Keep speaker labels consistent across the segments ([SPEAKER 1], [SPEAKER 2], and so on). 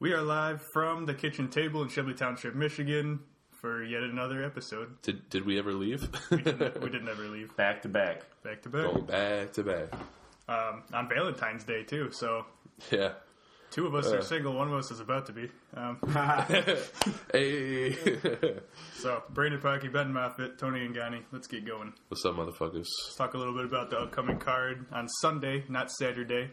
[SPEAKER 1] We are live from the kitchen table in Shelby Township, Michigan, for yet another episode.
[SPEAKER 2] Did did we ever leave?
[SPEAKER 1] We didn't, we didn't ever leave.
[SPEAKER 3] Back to back.
[SPEAKER 1] Back to
[SPEAKER 2] Go
[SPEAKER 1] back.
[SPEAKER 2] back to back.
[SPEAKER 1] Um, on Valentine's Day, too, so
[SPEAKER 2] Yeah.
[SPEAKER 1] two of us are
[SPEAKER 2] Uh.
[SPEAKER 1] single, one of us is about to be. Um,
[SPEAKER 2] Hey.
[SPEAKER 1] so, Brandon Pocky, Ben Moffitt, Tony and Gani, let's get going.
[SPEAKER 2] What's up, motherfuckers?
[SPEAKER 1] Let's talk a little bit about the upcoming card on Sunday, not Saturday,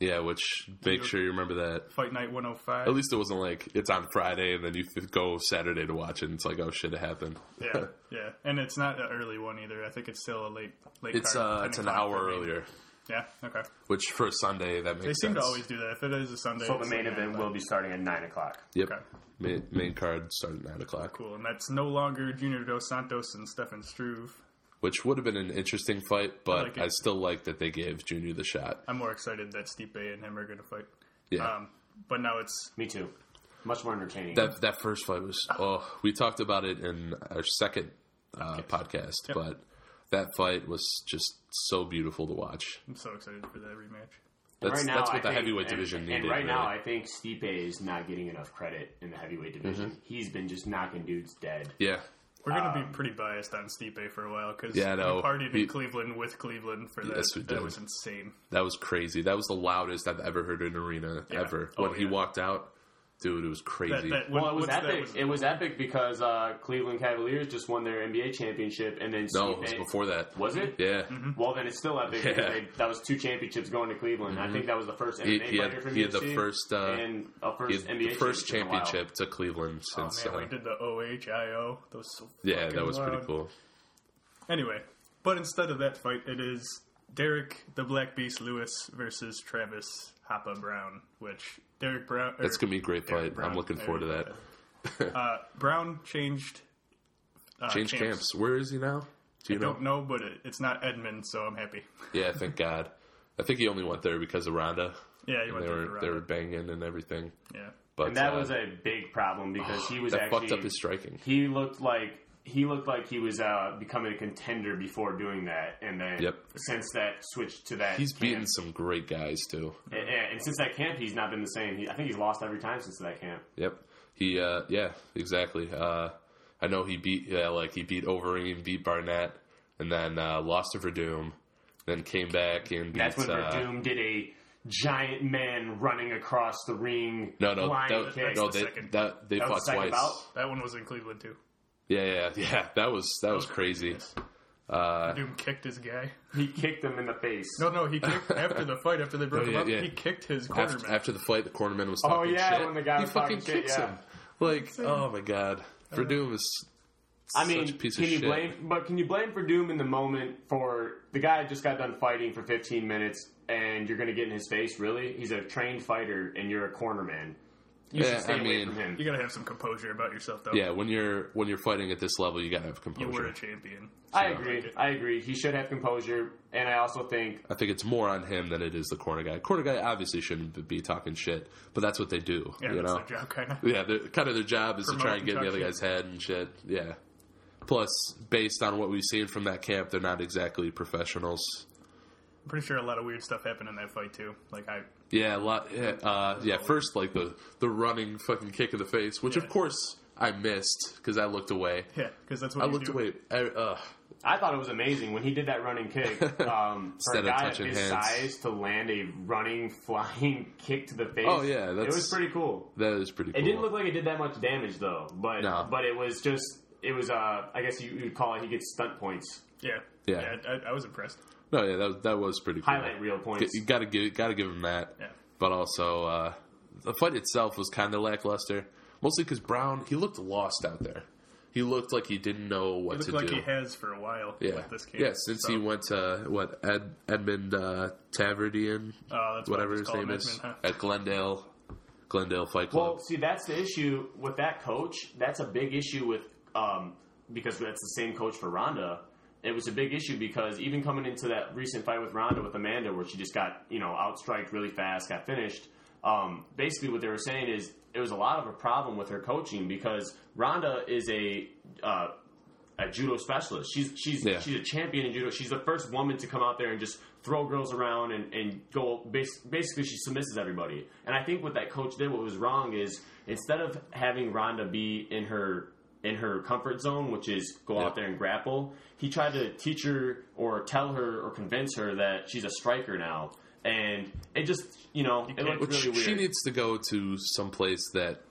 [SPEAKER 2] Yeah, which make sure you remember that.
[SPEAKER 1] Fight Night 105.
[SPEAKER 2] At least it wasn't like it's on Friday and then you f- go Saturday to watch it. and It's like oh shit, it happened.
[SPEAKER 1] Yeah, yeah, and it's not an early one either. I think it's still a late late.
[SPEAKER 2] It's
[SPEAKER 1] card,
[SPEAKER 2] uh,
[SPEAKER 1] 10
[SPEAKER 2] it's an
[SPEAKER 1] o'clock
[SPEAKER 2] hour
[SPEAKER 1] for me.
[SPEAKER 2] earlier,
[SPEAKER 1] Yeah, okay.
[SPEAKER 2] which for a Sunday that makes.
[SPEAKER 1] They seem to
[SPEAKER 2] sense.
[SPEAKER 1] always do that. If it is a Sunday,
[SPEAKER 3] So the
[SPEAKER 1] it's
[SPEAKER 3] main
[SPEAKER 1] like
[SPEAKER 3] event
[SPEAKER 1] nine
[SPEAKER 3] will
[SPEAKER 1] o'clock.
[SPEAKER 3] be starting at nine o'clock.
[SPEAKER 2] Yep.
[SPEAKER 1] okay.
[SPEAKER 2] Main, main card started at nine o'clock,
[SPEAKER 1] cool, and that's no longer Junior Dos Santos and Stefan Struve.
[SPEAKER 2] which would have been an interesting fight, but I,
[SPEAKER 1] like it. Um,
[SPEAKER 2] still like that they gave Junior the shot.
[SPEAKER 1] I'm more excited that Stipe and him are going to fight.
[SPEAKER 2] Yeah.
[SPEAKER 1] Um, but now it's
[SPEAKER 3] Me too. Much more entertaining.
[SPEAKER 2] That that first fight was
[SPEAKER 3] Ah.
[SPEAKER 2] oh we talked about it in our second uh, podcast, but that fight was just so beautiful to watch.
[SPEAKER 1] I'm so excited for that rematch.
[SPEAKER 2] That's
[SPEAKER 3] right now,
[SPEAKER 2] that's what
[SPEAKER 3] I
[SPEAKER 2] the
[SPEAKER 3] think-
[SPEAKER 2] heavyweight
[SPEAKER 3] and-
[SPEAKER 2] division
[SPEAKER 3] and,
[SPEAKER 2] needed.
[SPEAKER 3] right now,
[SPEAKER 2] really. Mm-hmm.
[SPEAKER 3] I think Stipe is not getting enough credit in the heavyweight division. He's been just knocking dudes dead.
[SPEAKER 2] yeah,
[SPEAKER 1] We're going to be pretty biased on Stipe for a while because
[SPEAKER 2] Um, Yeah, I
[SPEAKER 1] we
[SPEAKER 2] know.
[SPEAKER 1] partied in
[SPEAKER 2] We-
[SPEAKER 1] Cleveland with Cleveland for that.
[SPEAKER 2] Yes, we
[SPEAKER 1] That
[SPEAKER 2] did.
[SPEAKER 1] was insane.
[SPEAKER 2] that was crazy. That was the loudest I've ever heard in an arena ever.
[SPEAKER 1] Oh,
[SPEAKER 2] when he
[SPEAKER 1] yeah.
[SPEAKER 2] walked out, dude, it was
[SPEAKER 1] That,
[SPEAKER 2] crazy.
[SPEAKER 1] that,
[SPEAKER 3] Well, it was
[SPEAKER 1] what's that-
[SPEAKER 3] epic.
[SPEAKER 1] was-
[SPEAKER 3] it was epic because uh, Cleveland Cavaliers just won their NBA championship, and then
[SPEAKER 2] no,
[SPEAKER 3] Stipe,
[SPEAKER 2] it was before that.
[SPEAKER 3] Was Mm-hmm. it?
[SPEAKER 2] Yeah,
[SPEAKER 3] Well, then it's still epic. because
[SPEAKER 2] Yeah. Mm-hmm.
[SPEAKER 3] They, that was two championships going to Cleveland. I think that was the first
[SPEAKER 2] He-
[SPEAKER 3] MMA
[SPEAKER 2] he had-
[SPEAKER 3] fighter from
[SPEAKER 2] he had the
[SPEAKER 3] UFC
[SPEAKER 2] first, uh,
[SPEAKER 3] and a
[SPEAKER 2] He
[SPEAKER 3] first
[SPEAKER 2] had
[SPEAKER 3] NBA
[SPEAKER 2] the first
[SPEAKER 3] championship. in a while. Oh,
[SPEAKER 2] championship to Cleveland since.
[SPEAKER 1] man,
[SPEAKER 2] uh,
[SPEAKER 1] we did the OHIO. That was so
[SPEAKER 2] yeah,
[SPEAKER 1] fucking
[SPEAKER 2] that was pretty
[SPEAKER 1] loud.
[SPEAKER 2] cool.
[SPEAKER 1] Anyway, but instead of that fight, it is Derek the Black Beast Lewis versus Travis Hoppa Brown, which Derek Brown. Or,
[SPEAKER 2] That's gonna be a great
[SPEAKER 1] Derek
[SPEAKER 2] fight.
[SPEAKER 1] Brown,
[SPEAKER 2] I'm looking
[SPEAKER 1] there
[SPEAKER 2] forward to
[SPEAKER 1] you
[SPEAKER 2] that.
[SPEAKER 1] go. uh, Brown changed. Uh,
[SPEAKER 2] Change camps. Where is he now? Do you know?
[SPEAKER 1] Don't know, but it, it's not Edmund, so I'm happy.
[SPEAKER 2] Yeah, thank God. I think he only went there because of Ronda.
[SPEAKER 1] Yeah, you went
[SPEAKER 2] They
[SPEAKER 1] there
[SPEAKER 2] were
[SPEAKER 1] for
[SPEAKER 2] they were
[SPEAKER 1] Ronda.
[SPEAKER 2] banging and everything.
[SPEAKER 1] Yeah,
[SPEAKER 2] But
[SPEAKER 3] And that
[SPEAKER 2] uh,
[SPEAKER 3] was a big problem because he was
[SPEAKER 2] that
[SPEAKER 3] actually
[SPEAKER 2] fucked up his striking.
[SPEAKER 3] he looked like he looked like he was uh, becoming a contender before doing that, and then
[SPEAKER 2] Yep.
[SPEAKER 3] since that switch to that,
[SPEAKER 2] He's
[SPEAKER 3] camp,
[SPEAKER 2] beaten some great guys too.
[SPEAKER 3] and, and since that camp, he's not been the same. He, I think he's lost every time since that camp.
[SPEAKER 2] Yep. He uh yeah, exactly. Uh I know he beat yeah, like he beat Overeem, beat Barnett, and then uh lost to Verdum, then came back and beat
[SPEAKER 3] That's when
[SPEAKER 2] uh,
[SPEAKER 3] Verdum did a giant man running across the ring.
[SPEAKER 2] No, no,
[SPEAKER 3] flying
[SPEAKER 2] that,
[SPEAKER 3] kick.
[SPEAKER 2] no,
[SPEAKER 1] the
[SPEAKER 2] they,
[SPEAKER 1] second-
[SPEAKER 2] that they
[SPEAKER 3] That
[SPEAKER 2] fought
[SPEAKER 3] was the second
[SPEAKER 2] twice.
[SPEAKER 3] bout?
[SPEAKER 1] that one was in Cleveland too.
[SPEAKER 2] Yeah, yeah, yeah. That was that was crazy. Uh,
[SPEAKER 1] Doom kicked his guy.
[SPEAKER 3] he kicked him in the face.
[SPEAKER 1] No, no, he kicked after the fight. After they broke
[SPEAKER 2] No,
[SPEAKER 1] him
[SPEAKER 2] yeah,
[SPEAKER 1] up,
[SPEAKER 2] yeah.
[SPEAKER 1] he kicked his cornerman.
[SPEAKER 2] after, after the fight, the cornerman was
[SPEAKER 3] Oh,
[SPEAKER 2] talking
[SPEAKER 3] yeah,
[SPEAKER 2] shit.
[SPEAKER 3] when the guy
[SPEAKER 2] he
[SPEAKER 3] was
[SPEAKER 2] fucking
[SPEAKER 3] talking shit,
[SPEAKER 2] kicks
[SPEAKER 3] yeah.
[SPEAKER 2] him. Like, oh my god, Verdum is.
[SPEAKER 3] I mean,
[SPEAKER 2] such a piece
[SPEAKER 3] can
[SPEAKER 2] of
[SPEAKER 3] you
[SPEAKER 2] shit.
[SPEAKER 3] blame? But can you blame Verdum in the moment for the guy just got done fighting for 15 minutes, and you're going to get in his face? Really? He's a trained fighter, and you're a cornerman. You
[SPEAKER 2] Yeah,
[SPEAKER 3] should stay
[SPEAKER 2] I
[SPEAKER 3] away
[SPEAKER 2] mean-
[SPEAKER 3] from him.
[SPEAKER 1] You gotta have some composure about yourself, though.
[SPEAKER 2] Yeah, when you're when you're fighting at this level, you gotta have
[SPEAKER 1] you were
[SPEAKER 2] composure.
[SPEAKER 1] a champion.
[SPEAKER 3] I agree. I agree. He should have composure, and I also think
[SPEAKER 2] I think it's more on him than it is the corner guy. Corner guy obviously shouldn't be talking shit, but that's what they do.
[SPEAKER 1] Yeah,
[SPEAKER 2] you
[SPEAKER 1] that's
[SPEAKER 2] know,
[SPEAKER 1] their job, kind of.
[SPEAKER 2] yeah, they're, kind of their job is to try and
[SPEAKER 1] Promote
[SPEAKER 2] get in the
[SPEAKER 1] and
[SPEAKER 2] other
[SPEAKER 1] talk
[SPEAKER 2] guy's head and shit. Yeah. Plus, based on what we've seen from that camp, they're not exactly professionals.
[SPEAKER 1] I'm pretty sure a lot of weird stuff happened in that fight too. Like I,
[SPEAKER 2] Yeah, a lot. Yeah, uh, yeah first like the the running fucking kick in the face, which
[SPEAKER 1] Yeah.
[SPEAKER 2] of course I missed because I looked away.
[SPEAKER 1] yeah, because that's
[SPEAKER 2] I
[SPEAKER 1] what you
[SPEAKER 2] looked
[SPEAKER 1] do.
[SPEAKER 2] away. I, uh,
[SPEAKER 3] I thought it was amazing when he did that running kick. Um,
[SPEAKER 2] Instead
[SPEAKER 3] for a
[SPEAKER 2] of
[SPEAKER 3] guy of
[SPEAKER 2] touching
[SPEAKER 3] his
[SPEAKER 2] hands.
[SPEAKER 3] size to land a running, flying kick to the face.
[SPEAKER 2] Oh, yeah,
[SPEAKER 3] it
[SPEAKER 2] that's-
[SPEAKER 3] was pretty cool.
[SPEAKER 2] that is pretty.
[SPEAKER 3] It
[SPEAKER 2] cool.
[SPEAKER 3] didn't look like it did that much damage though, but
[SPEAKER 2] No.
[SPEAKER 3] but it was just it was uh I guess you, you'd call it he gets stunt points,
[SPEAKER 1] Yeah,
[SPEAKER 2] Yeah.
[SPEAKER 1] I, I was impressed.
[SPEAKER 2] No, yeah, that was, that was pretty cool.
[SPEAKER 3] highlight reel points.
[SPEAKER 2] You gotta give gotta give him that.
[SPEAKER 1] Yeah.
[SPEAKER 2] But also, uh, the fight itself was kind of lackluster, mostly because Brown he looked lost out there. He looked like he didn't know
[SPEAKER 1] It
[SPEAKER 2] what
[SPEAKER 1] looked
[SPEAKER 2] to
[SPEAKER 1] like
[SPEAKER 2] do.
[SPEAKER 1] he has for a while.
[SPEAKER 2] yeah,
[SPEAKER 1] with this camp.
[SPEAKER 2] yeah. Since
[SPEAKER 1] So-
[SPEAKER 2] he went to what Ed, Edmund uh, Taverdian,
[SPEAKER 1] Oh, that's
[SPEAKER 2] whatever
[SPEAKER 1] what I
[SPEAKER 2] his
[SPEAKER 1] just
[SPEAKER 2] name
[SPEAKER 1] call him,
[SPEAKER 2] is,
[SPEAKER 1] Edmund, huh?
[SPEAKER 2] at Glendale, Glendale Fight Club.
[SPEAKER 3] Well, see that's the issue with that coach. That's a big issue with um because that's the same coach for Ronda. It was a big issue because even coming into that recent fight with Ronda with Amanda, where she just got you know outstriked really fast, got finished. Um, basically, what they were saying is it was a lot of a problem with her coaching because Ronda is a uh, a judo specialist. She's she's
[SPEAKER 2] Yeah.
[SPEAKER 3] she's a champion in judo. She's the first woman to come out there and just throw girls around and and go. Bas- basically, she submisses everybody. And I think what that coach did, what was wrong, is instead of having Ronda be in her in her comfort zone, which is go
[SPEAKER 2] Yeah.
[SPEAKER 3] out there and grapple, he tried to teach her or tell her or convince her that she's a striker now. And it just, you know, it
[SPEAKER 1] can't-
[SPEAKER 3] looked
[SPEAKER 2] Which
[SPEAKER 3] really weird.
[SPEAKER 2] she needs to go to some place that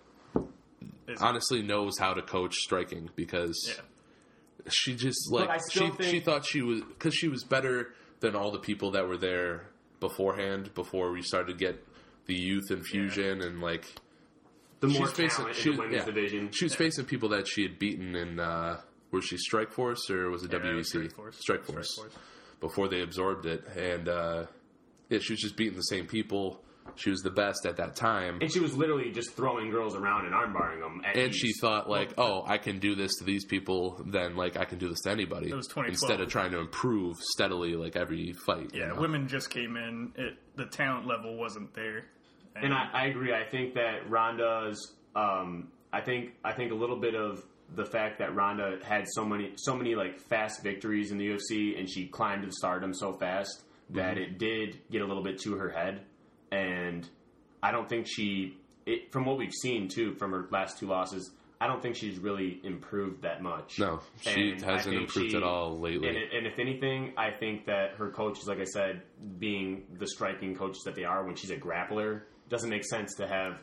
[SPEAKER 1] Is-
[SPEAKER 2] honestly knows how to coach striking because
[SPEAKER 1] Yeah.
[SPEAKER 2] she just like
[SPEAKER 3] I
[SPEAKER 2] she
[SPEAKER 3] still think-
[SPEAKER 2] she thought she was because she was better than all the people that were there beforehand before we started to get the youth infusion and like
[SPEAKER 3] the
[SPEAKER 2] she
[SPEAKER 3] more
[SPEAKER 2] was facing
[SPEAKER 3] talent
[SPEAKER 2] she,
[SPEAKER 3] in the women's
[SPEAKER 2] yeah.
[SPEAKER 3] division.
[SPEAKER 2] she was facing people that she had beaten in uh was she strike force or was it
[SPEAKER 1] Yeah,
[SPEAKER 2] WEC
[SPEAKER 1] Strike Force.
[SPEAKER 2] E strike force before they absorbed it and uh yeah she was just beating the same people she was the best at that time
[SPEAKER 3] And she was literally just throwing girls around and armbarring them. At
[SPEAKER 2] and
[SPEAKER 3] ease.
[SPEAKER 2] she thought like, "Oh, I can do this to these people, then like I can do this to anybody."
[SPEAKER 1] It was 2012.
[SPEAKER 2] Instead of trying to improve steadily, like every fight. you
[SPEAKER 1] Yeah,
[SPEAKER 2] know?
[SPEAKER 1] women just came in. It the talent level wasn't there.
[SPEAKER 3] and I, I agree. I think that Ronda's. Um, I think I think a little bit of the fact that Ronda had so many so many like fast victories in the UFC, and she climbed to stardom so fast that
[SPEAKER 2] Mm-hmm.
[SPEAKER 3] it did get a little bit to her head. And I don't think she, it, from what we've seen too, from her last two losses, I don't think she's really improved that much.
[SPEAKER 2] No, she
[SPEAKER 3] And I
[SPEAKER 2] hasn't
[SPEAKER 3] think
[SPEAKER 2] improved
[SPEAKER 3] she-
[SPEAKER 2] at all
[SPEAKER 3] And,
[SPEAKER 2] lately.
[SPEAKER 3] it, and if anything, I think that her coaches, like I said, being the striking coaches that they are, when she's a grappler, doesn't make sense to have.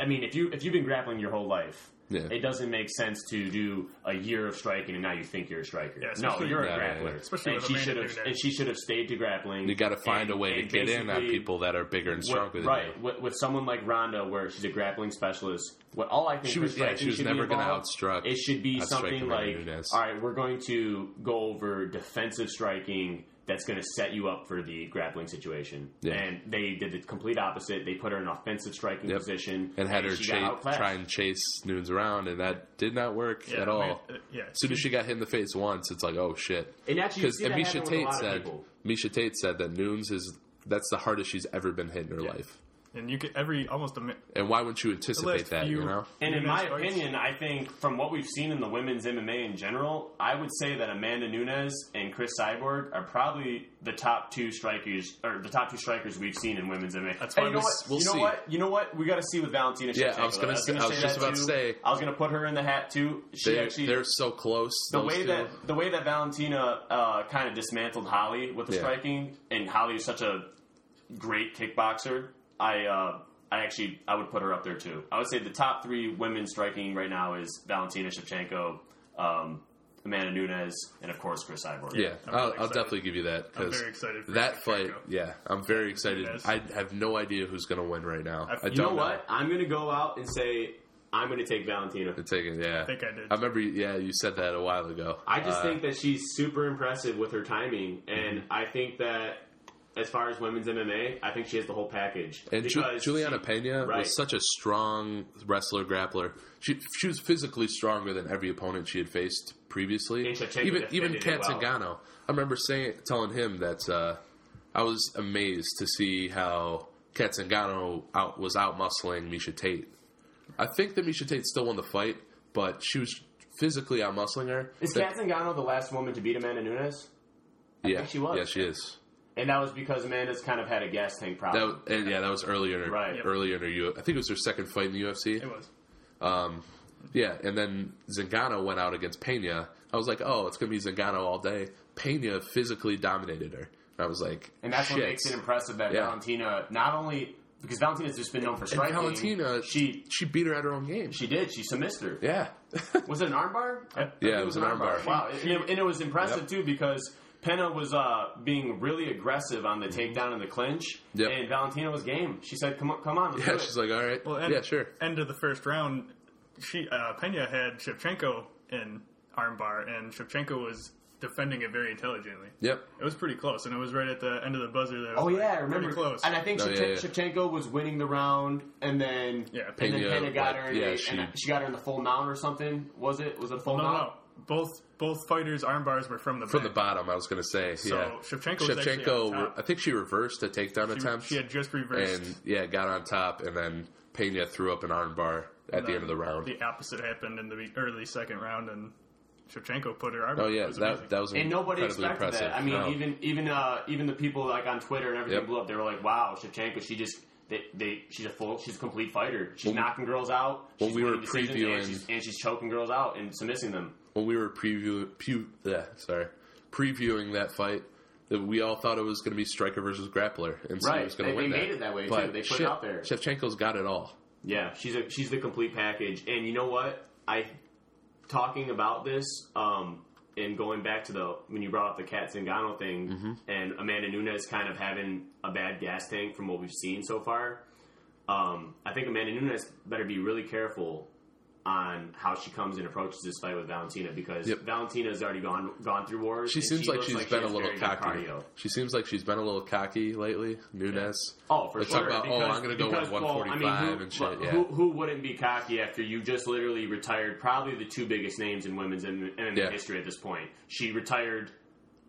[SPEAKER 3] I mean, if you if you've been grappling your whole life,
[SPEAKER 2] Yeah.
[SPEAKER 3] it doesn't make sense to do a year of striking and now you think you're a striker.
[SPEAKER 1] Yeah,
[SPEAKER 3] no,
[SPEAKER 1] especially-
[SPEAKER 3] you're
[SPEAKER 2] Yeah,
[SPEAKER 3] a
[SPEAKER 2] yeah,
[SPEAKER 3] grappler.
[SPEAKER 2] yeah.
[SPEAKER 1] Especially
[SPEAKER 3] and
[SPEAKER 1] with
[SPEAKER 3] she
[SPEAKER 1] Amanda
[SPEAKER 3] should have
[SPEAKER 1] doing that.
[SPEAKER 3] and she should have stayed to grappling.
[SPEAKER 2] You got to find
[SPEAKER 3] And-
[SPEAKER 2] a way to
[SPEAKER 3] and
[SPEAKER 2] get in on
[SPEAKER 3] basically-
[SPEAKER 2] people that are bigger and
[SPEAKER 3] what-
[SPEAKER 2] stronger than
[SPEAKER 3] right,
[SPEAKER 2] you.
[SPEAKER 3] With, with someone like Rhonda, where she's a grappling specialist, what all I think
[SPEAKER 2] She
[SPEAKER 3] her
[SPEAKER 2] was- yeah,
[SPEAKER 3] striking
[SPEAKER 2] she was
[SPEAKER 3] should be
[SPEAKER 2] never gonna
[SPEAKER 3] involved,
[SPEAKER 2] outstruck-
[SPEAKER 3] It should be
[SPEAKER 2] outstrike
[SPEAKER 3] something
[SPEAKER 2] Amanda
[SPEAKER 3] like,
[SPEAKER 2] Nunes.
[SPEAKER 3] all right, we're going to go over defensive striking that's going to set you up for the grappling situation.
[SPEAKER 2] Yeah.
[SPEAKER 3] And they did the complete opposite. They put her in an offensive striking
[SPEAKER 2] Yep.
[SPEAKER 3] position
[SPEAKER 2] And had her
[SPEAKER 3] she got
[SPEAKER 2] cha-
[SPEAKER 3] outclassed.
[SPEAKER 2] try and chase Nunes around, and that did not work
[SPEAKER 1] Yeah,
[SPEAKER 2] at
[SPEAKER 1] I
[SPEAKER 2] all.
[SPEAKER 1] mean, uh, yeah,
[SPEAKER 2] As soon as she got hit in the face once, it's like, oh shit.
[SPEAKER 3] And actually, you
[SPEAKER 2] Because
[SPEAKER 3] see that
[SPEAKER 2] Misha
[SPEAKER 3] happen with a
[SPEAKER 2] Tate
[SPEAKER 3] lot of
[SPEAKER 2] said,
[SPEAKER 3] people.
[SPEAKER 2] Misha Tate said that Nunes is that's the hardest she's ever been hit in her life.
[SPEAKER 1] and you could every almost a mi-
[SPEAKER 2] And why wouldn't you
[SPEAKER 1] the last
[SPEAKER 2] anticipate that?
[SPEAKER 1] few
[SPEAKER 2] You know,
[SPEAKER 3] And in
[SPEAKER 1] women's
[SPEAKER 3] my
[SPEAKER 1] fights-
[SPEAKER 3] opinion, I think from what we've seen in the women's MMA in general, I would say that Amanda Nunes and Chris Cyborg are probably the top two strikers or the top two strikers we've seen in women's MMA.
[SPEAKER 1] That's
[SPEAKER 3] And
[SPEAKER 1] why
[SPEAKER 3] you know
[SPEAKER 1] we-
[SPEAKER 3] what?
[SPEAKER 2] we'll
[SPEAKER 3] you know
[SPEAKER 2] see.
[SPEAKER 3] what? You know what? We got to see with Valentina.
[SPEAKER 2] Yeah,
[SPEAKER 3] Shevchenko.
[SPEAKER 2] I was gonna say- I was
[SPEAKER 3] that
[SPEAKER 2] just about to
[SPEAKER 3] too.
[SPEAKER 2] say-
[SPEAKER 3] I was going to put her in the hat too. She
[SPEAKER 2] they're,
[SPEAKER 3] actually
[SPEAKER 2] they're so close.
[SPEAKER 3] the
[SPEAKER 2] those
[SPEAKER 3] way
[SPEAKER 2] two.
[SPEAKER 3] that the way that Valentina uh, kind of dismantled Holly with the
[SPEAKER 2] Yeah.
[SPEAKER 3] striking, and Holly is such a great kickboxer. I uh, I actually I would put her up there too. I would say the top three women striking right now is Valentina Shevchenko, um, Amanda Nunes, and of course Chris Cyborg.
[SPEAKER 2] Yeah,
[SPEAKER 1] I'm
[SPEAKER 2] I'll,
[SPEAKER 1] really
[SPEAKER 2] I'll
[SPEAKER 1] excited.
[SPEAKER 2] definitely give you that
[SPEAKER 1] I'm
[SPEAKER 2] because
[SPEAKER 1] very excited for
[SPEAKER 2] that
[SPEAKER 1] Shevchenko.
[SPEAKER 2] fight. Yeah, I'm very excited.
[SPEAKER 1] Yes.
[SPEAKER 2] I have no idea who's going to win right now. I,
[SPEAKER 1] I-
[SPEAKER 2] don't
[SPEAKER 3] You know what? I'm gonna go out and say I'm gonna take Valentina.
[SPEAKER 2] It's taking. Yeah, I
[SPEAKER 1] think I did.
[SPEAKER 2] I remember. you- Yeah, you said that a while ago.
[SPEAKER 3] I just
[SPEAKER 2] Uh, Mm-hmm.
[SPEAKER 3] think that she's super impressive with her timing, and I think that as far as women's MMA, I think she has the whole package.
[SPEAKER 2] And Ju-
[SPEAKER 3] Because
[SPEAKER 2] Juliana
[SPEAKER 3] she-
[SPEAKER 2] Pena
[SPEAKER 3] right.
[SPEAKER 2] was such a strong wrestler grappler. She she was physically stronger than every opponent she had faced previously.
[SPEAKER 3] And Shevchenko
[SPEAKER 2] even
[SPEAKER 3] defended
[SPEAKER 2] even
[SPEAKER 3] it
[SPEAKER 2] Kat
[SPEAKER 3] well.
[SPEAKER 2] Zingano. I remember saying telling him that uh, I was amazed to see how Kat Zingano out was out muscling Misha Tate. I think that Misha Tate still won the fight, but she was physically out muscling her.
[SPEAKER 3] Is
[SPEAKER 2] That-
[SPEAKER 3] Kat Zingano the last woman to beat Amanda Nunes?
[SPEAKER 2] yeah,
[SPEAKER 3] think she was.
[SPEAKER 2] Yeah, she is.
[SPEAKER 3] And that was because Amanda's kind of had a gas tank
[SPEAKER 2] That
[SPEAKER 3] problem.
[SPEAKER 2] was, and yeah, that was earlier in her
[SPEAKER 3] Right.
[SPEAKER 2] earlier in her. U- I think it was her second fight in the UFC.
[SPEAKER 1] It was.
[SPEAKER 2] Yeah, and then Zingano went out against Pena. I was like, oh, it's going to be Zingano all day. Pena physically dominated her. And I was like,
[SPEAKER 3] and that's
[SPEAKER 2] shit.
[SPEAKER 3] what makes it impressive that
[SPEAKER 2] Yeah.
[SPEAKER 3] Valentina not only because Valentina's just been known for
[SPEAKER 2] And
[SPEAKER 3] striking.
[SPEAKER 2] Valentina,
[SPEAKER 3] she
[SPEAKER 2] she beat her at her own game.
[SPEAKER 3] she did she submissed her.
[SPEAKER 2] yeah,
[SPEAKER 3] Was it an armbar? I- I think
[SPEAKER 2] Yeah, it was an armbar.
[SPEAKER 3] Wow, and it, and it was impressive too because Penna was uh, being really aggressive on the takedown and the clinch,
[SPEAKER 2] Yep.
[SPEAKER 3] and Valentina was game. She said, "Come on, come on, let's
[SPEAKER 2] yeah.
[SPEAKER 3] do it."
[SPEAKER 2] She's like, all right,
[SPEAKER 1] Well, end,
[SPEAKER 2] yeah, sure.
[SPEAKER 1] End of the first round, she uh, Pena had Shevchenko in armbar, and Shevchenko was defending it very intelligently.
[SPEAKER 2] Yep.
[SPEAKER 1] It was pretty close, and it was right at the end of the buzzer. That I was
[SPEAKER 3] Oh
[SPEAKER 1] like,
[SPEAKER 3] yeah, I remember.
[SPEAKER 1] Pretty close.
[SPEAKER 3] And I think
[SPEAKER 2] No,
[SPEAKER 3] Shevchen-
[SPEAKER 2] Oh, yeah, yeah.
[SPEAKER 3] Shevchenko was winning the round, and then
[SPEAKER 1] Yeah,
[SPEAKER 3] and then
[SPEAKER 2] Pena,
[SPEAKER 3] Pena got
[SPEAKER 2] like,
[SPEAKER 3] her, in
[SPEAKER 2] yeah,
[SPEAKER 3] a-
[SPEAKER 2] she-
[SPEAKER 3] and she got her in the full mount or something. Was it? Was it full
[SPEAKER 1] no, no,
[SPEAKER 3] mount?
[SPEAKER 1] no. Both both fighters' armbars were from the
[SPEAKER 2] From the
[SPEAKER 1] back.
[SPEAKER 2] bottom, I was going to say,
[SPEAKER 1] So
[SPEAKER 2] yeah.
[SPEAKER 1] Shevchenko, was actually
[SPEAKER 2] Shevchenko,
[SPEAKER 1] on
[SPEAKER 2] re-
[SPEAKER 1] top.
[SPEAKER 2] I think she reversed a takedown
[SPEAKER 1] She-
[SPEAKER 2] attempt,
[SPEAKER 1] She, had just reversed.
[SPEAKER 2] and yeah, got on top, and then Pena threw up an armbar at the end of the round.
[SPEAKER 1] The opposite happened in the early second round, and Shevchenko put her arm.
[SPEAKER 2] Oh
[SPEAKER 1] up. It
[SPEAKER 2] yeah,
[SPEAKER 1] was amazing.
[SPEAKER 2] that that was
[SPEAKER 3] and nobody
[SPEAKER 2] incredibly
[SPEAKER 3] expected
[SPEAKER 2] impressive.
[SPEAKER 3] that. I mean,
[SPEAKER 2] No.
[SPEAKER 3] even even uh, even the people like on Twitter and everything
[SPEAKER 2] Yep.
[SPEAKER 3] blew up. They were like, "Wow, Shevchenko, she just they, they she's a full, she's a complete fighter. She's knocking girls out.
[SPEAKER 2] when
[SPEAKER 3] she's
[SPEAKER 2] we were
[SPEAKER 3] winning decisions,
[SPEAKER 2] previewing-
[SPEAKER 3] and she's, and she's choking girls out and submitting them."
[SPEAKER 2] when we were preview, pew, bleh, sorry, previewing that fight, that we all thought it was going to be striker versus grappler, and so
[SPEAKER 3] Right.
[SPEAKER 2] was going
[SPEAKER 3] They-
[SPEAKER 2] to win
[SPEAKER 3] they
[SPEAKER 2] that.
[SPEAKER 3] made it that way, too.
[SPEAKER 2] But
[SPEAKER 3] They put it
[SPEAKER 2] shit,
[SPEAKER 3] out there.
[SPEAKER 2] Shevchenko's got it all.
[SPEAKER 3] Yeah, she's a she's the complete package. And you know what? I talking about this um, and going back to the when you brought up the Kat Zingano thing
[SPEAKER 2] Mm-hmm.
[SPEAKER 3] and Amanda Nunes kind of having a bad gas tank from what we've seen so far. Um, I think Amanda Nunes better be really careful on how she comes and approaches this fight with Valentina because
[SPEAKER 2] Yep.
[SPEAKER 3] Valentina's already gone gone through wars.
[SPEAKER 2] She
[SPEAKER 3] and
[SPEAKER 2] seems like
[SPEAKER 3] looks
[SPEAKER 2] she's
[SPEAKER 3] she
[SPEAKER 2] been a
[SPEAKER 3] has
[SPEAKER 2] little
[SPEAKER 3] very good
[SPEAKER 2] cocky.
[SPEAKER 3] cardio.
[SPEAKER 2] She seems like she's been a little cocky lately. Nunes.
[SPEAKER 3] Oh, for
[SPEAKER 2] Let's
[SPEAKER 3] sure.
[SPEAKER 2] talk about, oh, I'm gonna go
[SPEAKER 3] because,
[SPEAKER 2] with
[SPEAKER 3] well, I mean,
[SPEAKER 2] 145
[SPEAKER 3] who-
[SPEAKER 2] and shit,
[SPEAKER 3] who-
[SPEAKER 2] yeah.
[SPEAKER 3] Who, who wouldn't be cocky after you just literally retired probably the two biggest names in women's M- MMA
[SPEAKER 2] Yeah.
[SPEAKER 3] history at this point? She retired.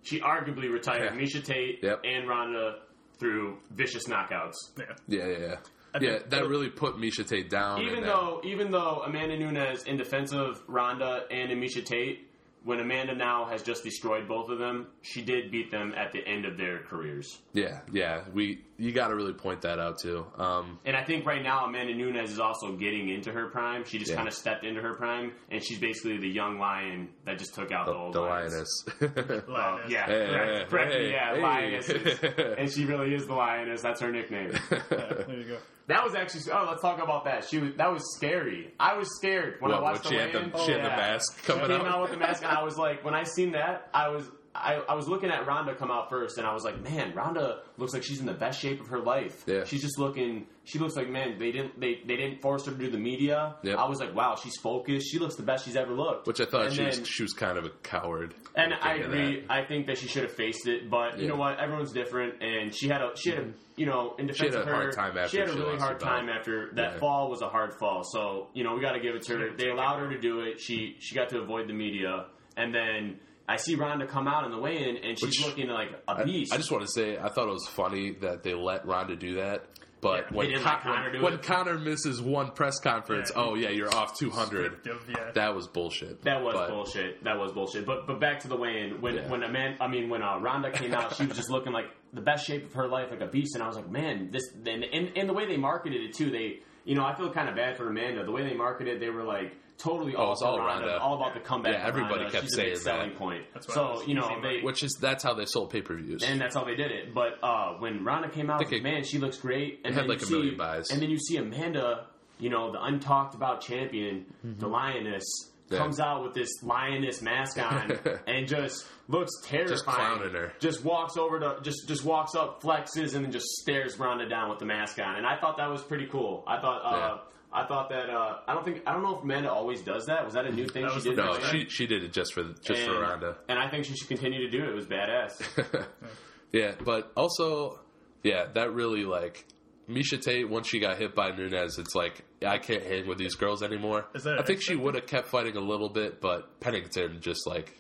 [SPEAKER 3] She arguably retired
[SPEAKER 2] Yeah.
[SPEAKER 3] Misha Tate
[SPEAKER 2] Yep.
[SPEAKER 3] and Ronda through vicious knockouts.
[SPEAKER 1] yeah.
[SPEAKER 2] Yeah, yeah, yeah. yeah,
[SPEAKER 1] think-
[SPEAKER 2] that really put Misha Tate down.
[SPEAKER 3] Even
[SPEAKER 2] and that-
[SPEAKER 3] though, even though Amanda Nunes in defense of Ronda and in Misha Tate, when Amanda now has just destroyed both of them, she did beat them at the end of their careers.
[SPEAKER 2] yeah, yeah, we you got to really point that out too. Um,
[SPEAKER 3] And I think right now Amanda Nunes is also getting into her prime. She just
[SPEAKER 2] Yeah.
[SPEAKER 3] kind of stepped into her prime, and she's basically the young lion that just took out the, old
[SPEAKER 2] the
[SPEAKER 3] lions.
[SPEAKER 2] lioness.
[SPEAKER 3] Uh,
[SPEAKER 1] Lioness.
[SPEAKER 3] yeah,
[SPEAKER 2] Hey,
[SPEAKER 3] correct,
[SPEAKER 2] hey,
[SPEAKER 3] correct,
[SPEAKER 2] hey,
[SPEAKER 3] yeah,
[SPEAKER 2] hey.
[SPEAKER 3] lionesses. and she really is the lioness. That's her nickname.
[SPEAKER 1] Yeah, There you go.
[SPEAKER 3] that was actually. Oh, let's talk about that. She was. That was scary. I was scared when I
[SPEAKER 2] Well,
[SPEAKER 3] watched
[SPEAKER 2] when she
[SPEAKER 3] the
[SPEAKER 2] had the,
[SPEAKER 3] weigh-in.
[SPEAKER 2] she had the
[SPEAKER 3] Yeah.
[SPEAKER 2] mask
[SPEAKER 3] She
[SPEAKER 2] coming
[SPEAKER 3] came out
[SPEAKER 2] out.
[SPEAKER 3] with the mask, and I was like, when I seen that, I was. I, I was looking at Rhonda come out first, and I was like, "Man, Rhonda looks like she's in the best shape of her life.
[SPEAKER 2] Yeah.
[SPEAKER 3] She's just looking. She looks like man. They didn't they, they didn't force her to do the media.
[SPEAKER 2] Yep.
[SPEAKER 3] I was like, wow, she's focused. She looks the best she's ever looked.
[SPEAKER 2] Which I thought
[SPEAKER 3] And
[SPEAKER 2] she
[SPEAKER 3] then-
[SPEAKER 2] was she was kind of a coward.
[SPEAKER 3] and
[SPEAKER 2] at the
[SPEAKER 3] I
[SPEAKER 2] end of
[SPEAKER 3] agree.
[SPEAKER 2] that.
[SPEAKER 3] I think that she should have faced it, but you
[SPEAKER 2] Yeah. Mm-hmm.
[SPEAKER 3] know what? Everyone's different, and she had a she had a you know in defense
[SPEAKER 2] She had a
[SPEAKER 3] of her,
[SPEAKER 2] hard time after
[SPEAKER 3] she had a
[SPEAKER 2] she
[SPEAKER 3] really
[SPEAKER 2] lost
[SPEAKER 3] hard
[SPEAKER 2] her belt.
[SPEAKER 3] time after that
[SPEAKER 2] Yeah.
[SPEAKER 3] fall was a hard fall. So you know we got to give it to her.
[SPEAKER 1] didn't
[SPEAKER 3] They
[SPEAKER 1] take
[SPEAKER 3] allowed
[SPEAKER 1] it.
[SPEAKER 3] her to do it. She she got to avoid the media, and then I see Rhonda come out in the weigh-in, and she's
[SPEAKER 2] Which-
[SPEAKER 3] looking like a beast.
[SPEAKER 2] I, I just want to say I thought it was funny that they let Rhonda do that. But
[SPEAKER 3] they
[SPEAKER 2] when,
[SPEAKER 3] didn't let Conor do
[SPEAKER 2] when
[SPEAKER 3] it.
[SPEAKER 2] Connor misses one press conference,
[SPEAKER 1] Yeah.
[SPEAKER 2] oh yeah, you're off two hundred.
[SPEAKER 1] Descriptive, yeah.
[SPEAKER 2] That was bullshit.
[SPEAKER 3] That was
[SPEAKER 2] But
[SPEAKER 3] bullshit. That was bullshit. But but back to the weigh-in. When
[SPEAKER 2] Yeah.
[SPEAKER 3] when a man, I mean when uh, Rhonda came out, she was just looking like the best shape of her life, like a beast. And I was like, man, this. And and, and the way they marketed it too, they you know I feel kind of bad for Amanda. The way they marketed, they were like totally all,
[SPEAKER 2] Oh, it's
[SPEAKER 3] for
[SPEAKER 2] all
[SPEAKER 3] Rhonda,
[SPEAKER 2] Rhonda.
[SPEAKER 3] all about the comeback.
[SPEAKER 2] Yeah,
[SPEAKER 3] of
[SPEAKER 2] everybody
[SPEAKER 3] Rhonda.
[SPEAKER 2] kept
[SPEAKER 3] She's a
[SPEAKER 2] saying
[SPEAKER 3] big
[SPEAKER 2] that.
[SPEAKER 3] selling point.
[SPEAKER 1] That's why it
[SPEAKER 3] so
[SPEAKER 1] was
[SPEAKER 3] you know
[SPEAKER 1] easy,
[SPEAKER 3] they
[SPEAKER 2] Which is that's how they sold pay per views.
[SPEAKER 3] and that's how they did it. But uh, when Rhonda came out, I was
[SPEAKER 2] Think
[SPEAKER 3] like,
[SPEAKER 2] it-
[SPEAKER 3] man, she looks great. And
[SPEAKER 2] had
[SPEAKER 3] then
[SPEAKER 2] like
[SPEAKER 3] you
[SPEAKER 2] a
[SPEAKER 3] see,
[SPEAKER 2] million buys.
[SPEAKER 3] And then you see Amanda, you know, the untalked about champion, the lioness,
[SPEAKER 2] Mm-hmm. Yeah.
[SPEAKER 3] comes out with this lioness mask on and just looks terrifying.
[SPEAKER 2] clowning her.
[SPEAKER 3] Just walks over to just just walks up, flexes, and then just stares Rhonda down with the mask on. And I thought that was pretty cool. I thought. Uh,
[SPEAKER 2] Yeah.
[SPEAKER 3] I thought that uh, I don't think I don't know if Amanda always does that. Was that a new thing
[SPEAKER 1] That
[SPEAKER 3] she
[SPEAKER 1] was
[SPEAKER 3] did?
[SPEAKER 1] the
[SPEAKER 2] no,
[SPEAKER 3] back then?
[SPEAKER 2] she she did it just for just
[SPEAKER 3] and,
[SPEAKER 2] for Rhonda.
[SPEAKER 3] and I think she should continue to do it. It was badass.
[SPEAKER 2] Yeah, but also, yeah, that really like Misha Tate. Once she got hit by Nunez, it's like I can't hang with these girls anymore.
[SPEAKER 1] Is that
[SPEAKER 2] I think she would have kept fighting a little bit, but Pennington just like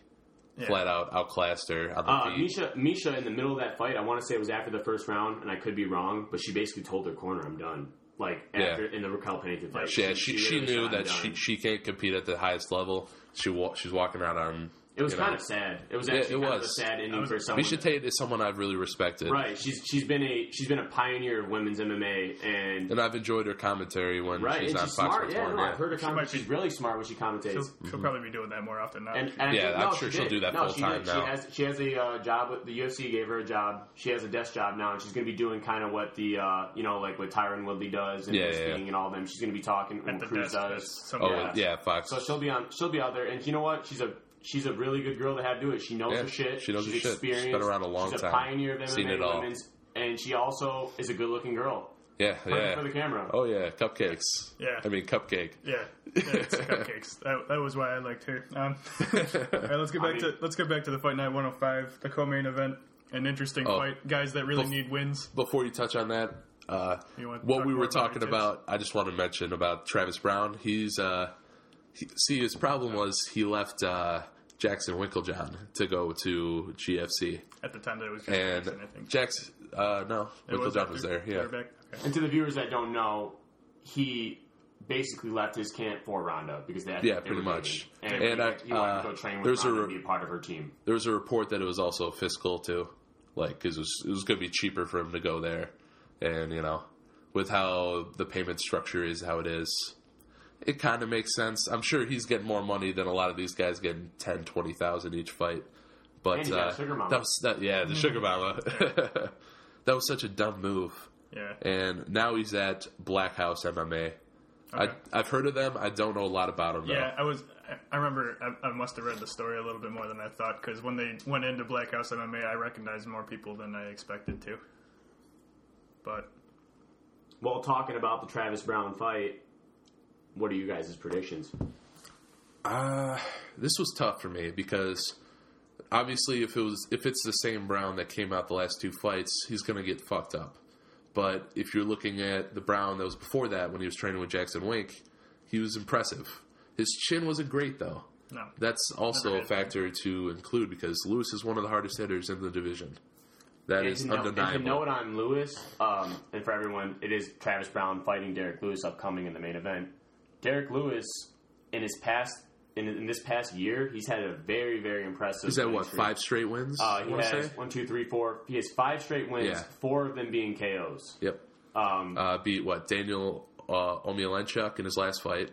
[SPEAKER 1] Yeah.
[SPEAKER 2] flat out outclassed her on the
[SPEAKER 3] Uh,
[SPEAKER 2] feet.
[SPEAKER 3] Misha, Misha, in the middle of that fight, I want to say it was after the first round, and I could be wrong, but she basically told her corner, "I'm done." Like after in the Raquel Pennington fight,
[SPEAKER 2] yeah, she, she,
[SPEAKER 3] literally said,
[SPEAKER 2] knew
[SPEAKER 3] "I'm
[SPEAKER 2] that
[SPEAKER 3] done."
[SPEAKER 2] she, she can't compete at the highest level. She wa- she's walking out on.
[SPEAKER 3] It was
[SPEAKER 2] you know.
[SPEAKER 3] kind of sad. It was
[SPEAKER 2] Yeah,
[SPEAKER 3] actually
[SPEAKER 2] it
[SPEAKER 3] kind of a
[SPEAKER 2] was.
[SPEAKER 3] sad ending
[SPEAKER 1] was-
[SPEAKER 3] for someone.
[SPEAKER 2] Misha Tate is someone I've really respected,
[SPEAKER 3] right? She's she's been a she's been a pioneer of women's MMA, and
[SPEAKER 2] and I've enjoyed her commentary when
[SPEAKER 3] right,
[SPEAKER 2] she's
[SPEAKER 3] and
[SPEAKER 2] on
[SPEAKER 3] she's
[SPEAKER 2] Fox
[SPEAKER 3] smart.
[SPEAKER 2] Sports
[SPEAKER 3] Yeah,
[SPEAKER 2] One,
[SPEAKER 3] no, I've heard her comment.
[SPEAKER 1] might be-
[SPEAKER 3] She's really smart when she commentates.
[SPEAKER 1] She'll,
[SPEAKER 2] Mm-hmm.
[SPEAKER 1] she'll probably be doing that more often now.
[SPEAKER 3] And, and I
[SPEAKER 2] Yeah,
[SPEAKER 3] think-
[SPEAKER 2] I'm
[SPEAKER 3] no,
[SPEAKER 2] sure
[SPEAKER 3] she
[SPEAKER 2] she'll
[SPEAKER 3] did.
[SPEAKER 2] do that
[SPEAKER 3] no,
[SPEAKER 2] full
[SPEAKER 3] she
[SPEAKER 2] time
[SPEAKER 3] did.
[SPEAKER 2] now.
[SPEAKER 3] She has she has a uh, job. With, the UFC gave her a job. She has a desk job now, and she's going to be doing kind of what the uh, you know like what Tyron Woodley does and
[SPEAKER 2] Yeah,
[SPEAKER 3] this
[SPEAKER 2] yeah, yeah.
[SPEAKER 3] thing and all them. She's going to be talking and
[SPEAKER 1] at the
[SPEAKER 3] what
[SPEAKER 1] desk,
[SPEAKER 3] Cruz does.
[SPEAKER 1] that's somewhere
[SPEAKER 2] oh
[SPEAKER 1] else.
[SPEAKER 2] yeah, Fox.
[SPEAKER 3] So she'll be on. She'll be out there, and you know what? She's a she's a really good girl to have do it. She knows
[SPEAKER 2] Yeah,
[SPEAKER 3] her shit.
[SPEAKER 2] she knows
[SPEAKER 3] she's
[SPEAKER 2] her shit. She's been
[SPEAKER 3] experienced.
[SPEAKER 2] around a long
[SPEAKER 3] she's
[SPEAKER 2] time.
[SPEAKER 3] A pioneer of MMA
[SPEAKER 2] Seen it all.
[SPEAKER 3] women's, and she also is a good looking girl.
[SPEAKER 2] yeah,
[SPEAKER 3] Perfect
[SPEAKER 2] yeah.
[SPEAKER 3] for the camera.
[SPEAKER 2] Oh yeah, cupcakes.
[SPEAKER 1] Yeah.
[SPEAKER 2] I mean cupcake.
[SPEAKER 1] Yeah, yeah it's cupcakes. That, that was why I liked her. Um, all right, let's get
[SPEAKER 3] I
[SPEAKER 1] back
[SPEAKER 3] mean-
[SPEAKER 1] to let's get back to the fight night 105, the co-main event. An interesting
[SPEAKER 2] Oh.
[SPEAKER 1] fight, guys that really
[SPEAKER 2] Bef-
[SPEAKER 1] need wins.
[SPEAKER 2] Before you touch on that, uh,
[SPEAKER 1] You want to
[SPEAKER 2] what
[SPEAKER 1] talk
[SPEAKER 2] we
[SPEAKER 1] more
[SPEAKER 2] were
[SPEAKER 1] about
[SPEAKER 2] talking
[SPEAKER 1] your
[SPEAKER 2] about, I just want to mention about Travis Brown. He's uh, he, see his problem was he left uh, Jackson Winklejohn to go to GFC,
[SPEAKER 1] At the time that it was just
[SPEAKER 2] and
[SPEAKER 1] Jackson, I think.
[SPEAKER 2] Jackson uh, no
[SPEAKER 1] It
[SPEAKER 2] Winklejohn
[SPEAKER 1] after-
[SPEAKER 2] was there.
[SPEAKER 1] they
[SPEAKER 2] Yeah,
[SPEAKER 1] were back? Okay.
[SPEAKER 3] And to the viewers that don't know, he basically left his camp for Ronda because they had
[SPEAKER 2] Yeah,
[SPEAKER 3] they were
[SPEAKER 2] pretty much.
[SPEAKER 3] dating. And,
[SPEAKER 2] And I-
[SPEAKER 3] he, he wanted to
[SPEAKER 2] uh,
[SPEAKER 3] go train with
[SPEAKER 2] there's a
[SPEAKER 3] Ronda and
[SPEAKER 2] re-
[SPEAKER 3] be a part of her team.
[SPEAKER 2] There was a report that it was also fiscal too, like 'cause it was it was going to be cheaper for him to go there, and you know, with how the payment structure is, how it is, it kind of makes sense. I'm sure he's getting more money than a lot of these guys getting ten, twenty thousand each fight. But
[SPEAKER 3] And he got
[SPEAKER 2] uh,
[SPEAKER 3] a sugar mama.
[SPEAKER 2] that was that, yeah, the sugar mama. that was such a dumb move.
[SPEAKER 1] Yeah.
[SPEAKER 2] And now he's at Black House MMA. I,
[SPEAKER 1] Okay.
[SPEAKER 2] I've heard of them. I don't know a lot about them.
[SPEAKER 1] Yeah, I was. I- I remember. I, I must have read the story a little bit more than I thought because when they went into Black House MMA, I recognized more people than I expected to. But
[SPEAKER 3] While talking about the Travis Brown fight, what are you guys' predictions?
[SPEAKER 2] Uh, this was tough for me because obviously if it was if it's the same Brown that came out the last two fights, he's gonna get fucked up. But if you're looking at the Brown that was before that when he was training with Jackson Wink, he was impressive. His chin wasn't great though.
[SPEAKER 1] no,
[SPEAKER 2] That's also
[SPEAKER 1] Never
[SPEAKER 2] a
[SPEAKER 1] is.
[SPEAKER 2] factor to include because Lewis is one of the hardest hitters in the division. That
[SPEAKER 3] And
[SPEAKER 2] is
[SPEAKER 3] to, know, and to
[SPEAKER 2] undeniable.
[SPEAKER 3] know it on Lewis, um, and for everyone, it is Travis Brown fighting Derek Lewis upcoming in the main event. Derek Lewis, in his past, in, in this past year, he's had a very, very impressive.
[SPEAKER 2] is that
[SPEAKER 3] winning
[SPEAKER 2] what
[SPEAKER 3] streak.
[SPEAKER 2] five straight wins?
[SPEAKER 3] Uh,
[SPEAKER 2] I
[SPEAKER 3] he
[SPEAKER 2] wanna
[SPEAKER 3] has
[SPEAKER 2] say?
[SPEAKER 3] one, two, three, four. He has five straight wins,
[SPEAKER 2] Yeah.
[SPEAKER 3] four of them being KOs.
[SPEAKER 2] Yep.
[SPEAKER 3] Um,
[SPEAKER 2] uh, beat what Daniel uh, Omielenchuk in his last fight.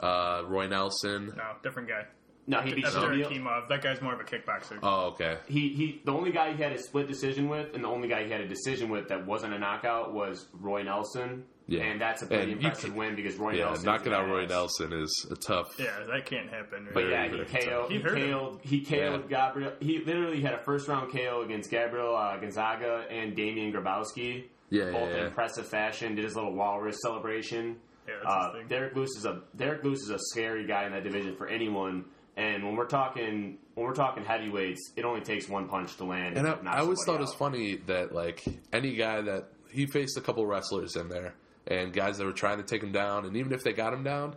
[SPEAKER 2] Uh, Roy Nelson.
[SPEAKER 1] no, different guy.
[SPEAKER 3] no, he beat
[SPEAKER 1] That's Derek
[SPEAKER 3] Shamil-
[SPEAKER 1] Kimov. That guy's more of a kickboxer.
[SPEAKER 2] Oh, okay.
[SPEAKER 3] He, he, the only guy he had a split decision with, and the only guy he had a decision with that wasn't a knockout was Roy Nelson.
[SPEAKER 2] Yeah.
[SPEAKER 3] And that's a
[SPEAKER 2] And
[SPEAKER 3] pretty
[SPEAKER 2] you
[SPEAKER 3] impressive
[SPEAKER 2] can-
[SPEAKER 3] win because Roy
[SPEAKER 2] Yeah,
[SPEAKER 3] Nelson.
[SPEAKER 2] knocking out Roy Nelson is a tough.
[SPEAKER 1] yeah, that can't happen. Right?
[SPEAKER 3] But yeah,
[SPEAKER 2] Very,
[SPEAKER 3] he
[SPEAKER 2] very
[SPEAKER 3] KO.
[SPEAKER 1] tough.
[SPEAKER 3] He
[SPEAKER 1] He hurt him.
[SPEAKER 3] KO'd. He KO'd Gabriel. He literally had a first round KO against Gabriel uh, Gonzaga and Damian Grabowski.
[SPEAKER 2] Yeah, yeah,
[SPEAKER 3] both in
[SPEAKER 2] yeah.
[SPEAKER 3] impressive fashion. Did his little walrus celebration.
[SPEAKER 1] Yeah, that's his
[SPEAKER 3] Uh,
[SPEAKER 1] thing.
[SPEAKER 3] Derek Lewis is a Derek Lewis is a scary guy in that division for anyone. And when we're talking when we're talking heavyweights, it only takes one punch to land.
[SPEAKER 2] And I,
[SPEAKER 3] knock
[SPEAKER 2] I always thought it
[SPEAKER 3] somebody
[SPEAKER 2] was
[SPEAKER 3] out.
[SPEAKER 2] funny that like any guy that he faced a couple wrestlers in there and guys that were trying to take him down, and even if they got him down,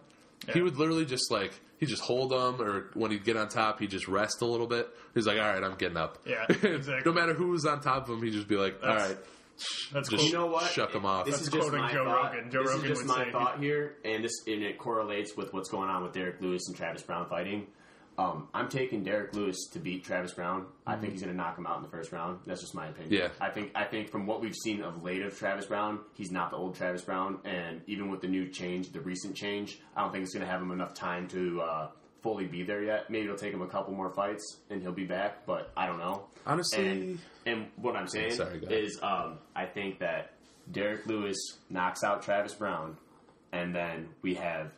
[SPEAKER 2] he
[SPEAKER 1] Yeah.
[SPEAKER 2] would literally just like he just hold them, or when he'd get on top, he would just rest a little bit. He's like, all right, I'm getting up.
[SPEAKER 1] Yeah,
[SPEAKER 2] no
[SPEAKER 1] exactly.
[SPEAKER 2] matter who was on top of him, he'd just be like, all
[SPEAKER 1] That's-
[SPEAKER 2] right,
[SPEAKER 1] That's
[SPEAKER 2] just
[SPEAKER 1] cool.
[SPEAKER 3] You know what?
[SPEAKER 2] Shuck him off.
[SPEAKER 3] This
[SPEAKER 1] That's
[SPEAKER 3] is just
[SPEAKER 1] quoting
[SPEAKER 3] my
[SPEAKER 1] Joe
[SPEAKER 3] thought.
[SPEAKER 1] Rogan. Joe
[SPEAKER 3] this
[SPEAKER 1] Rogan
[SPEAKER 3] is just
[SPEAKER 1] would
[SPEAKER 3] my
[SPEAKER 1] say-
[SPEAKER 3] thought here, and this and it correlates with what's going on with Derek Lewis and Travis Brown fighting. Um, I'm taking Derek Lewis to beat Travis Brown. I
[SPEAKER 1] Mm.
[SPEAKER 3] think he's going to knock him out in the first round. That's just my opinion.
[SPEAKER 2] Yeah.
[SPEAKER 3] I think I think from what we've seen of late of Travis Brown, he's not the old Travis Brown, and even with the new change, the recent change, I don't think it's going to have him enough time to uh, fully be there yet. Maybe it'll take him a couple more fights, and he'll be back, but I don't know.
[SPEAKER 2] Honestly-
[SPEAKER 3] and, and what I'm saying
[SPEAKER 2] Sorry, go ahead.
[SPEAKER 3] is, um, I think that Derek Lewis knocks out Travis Brown, and then we have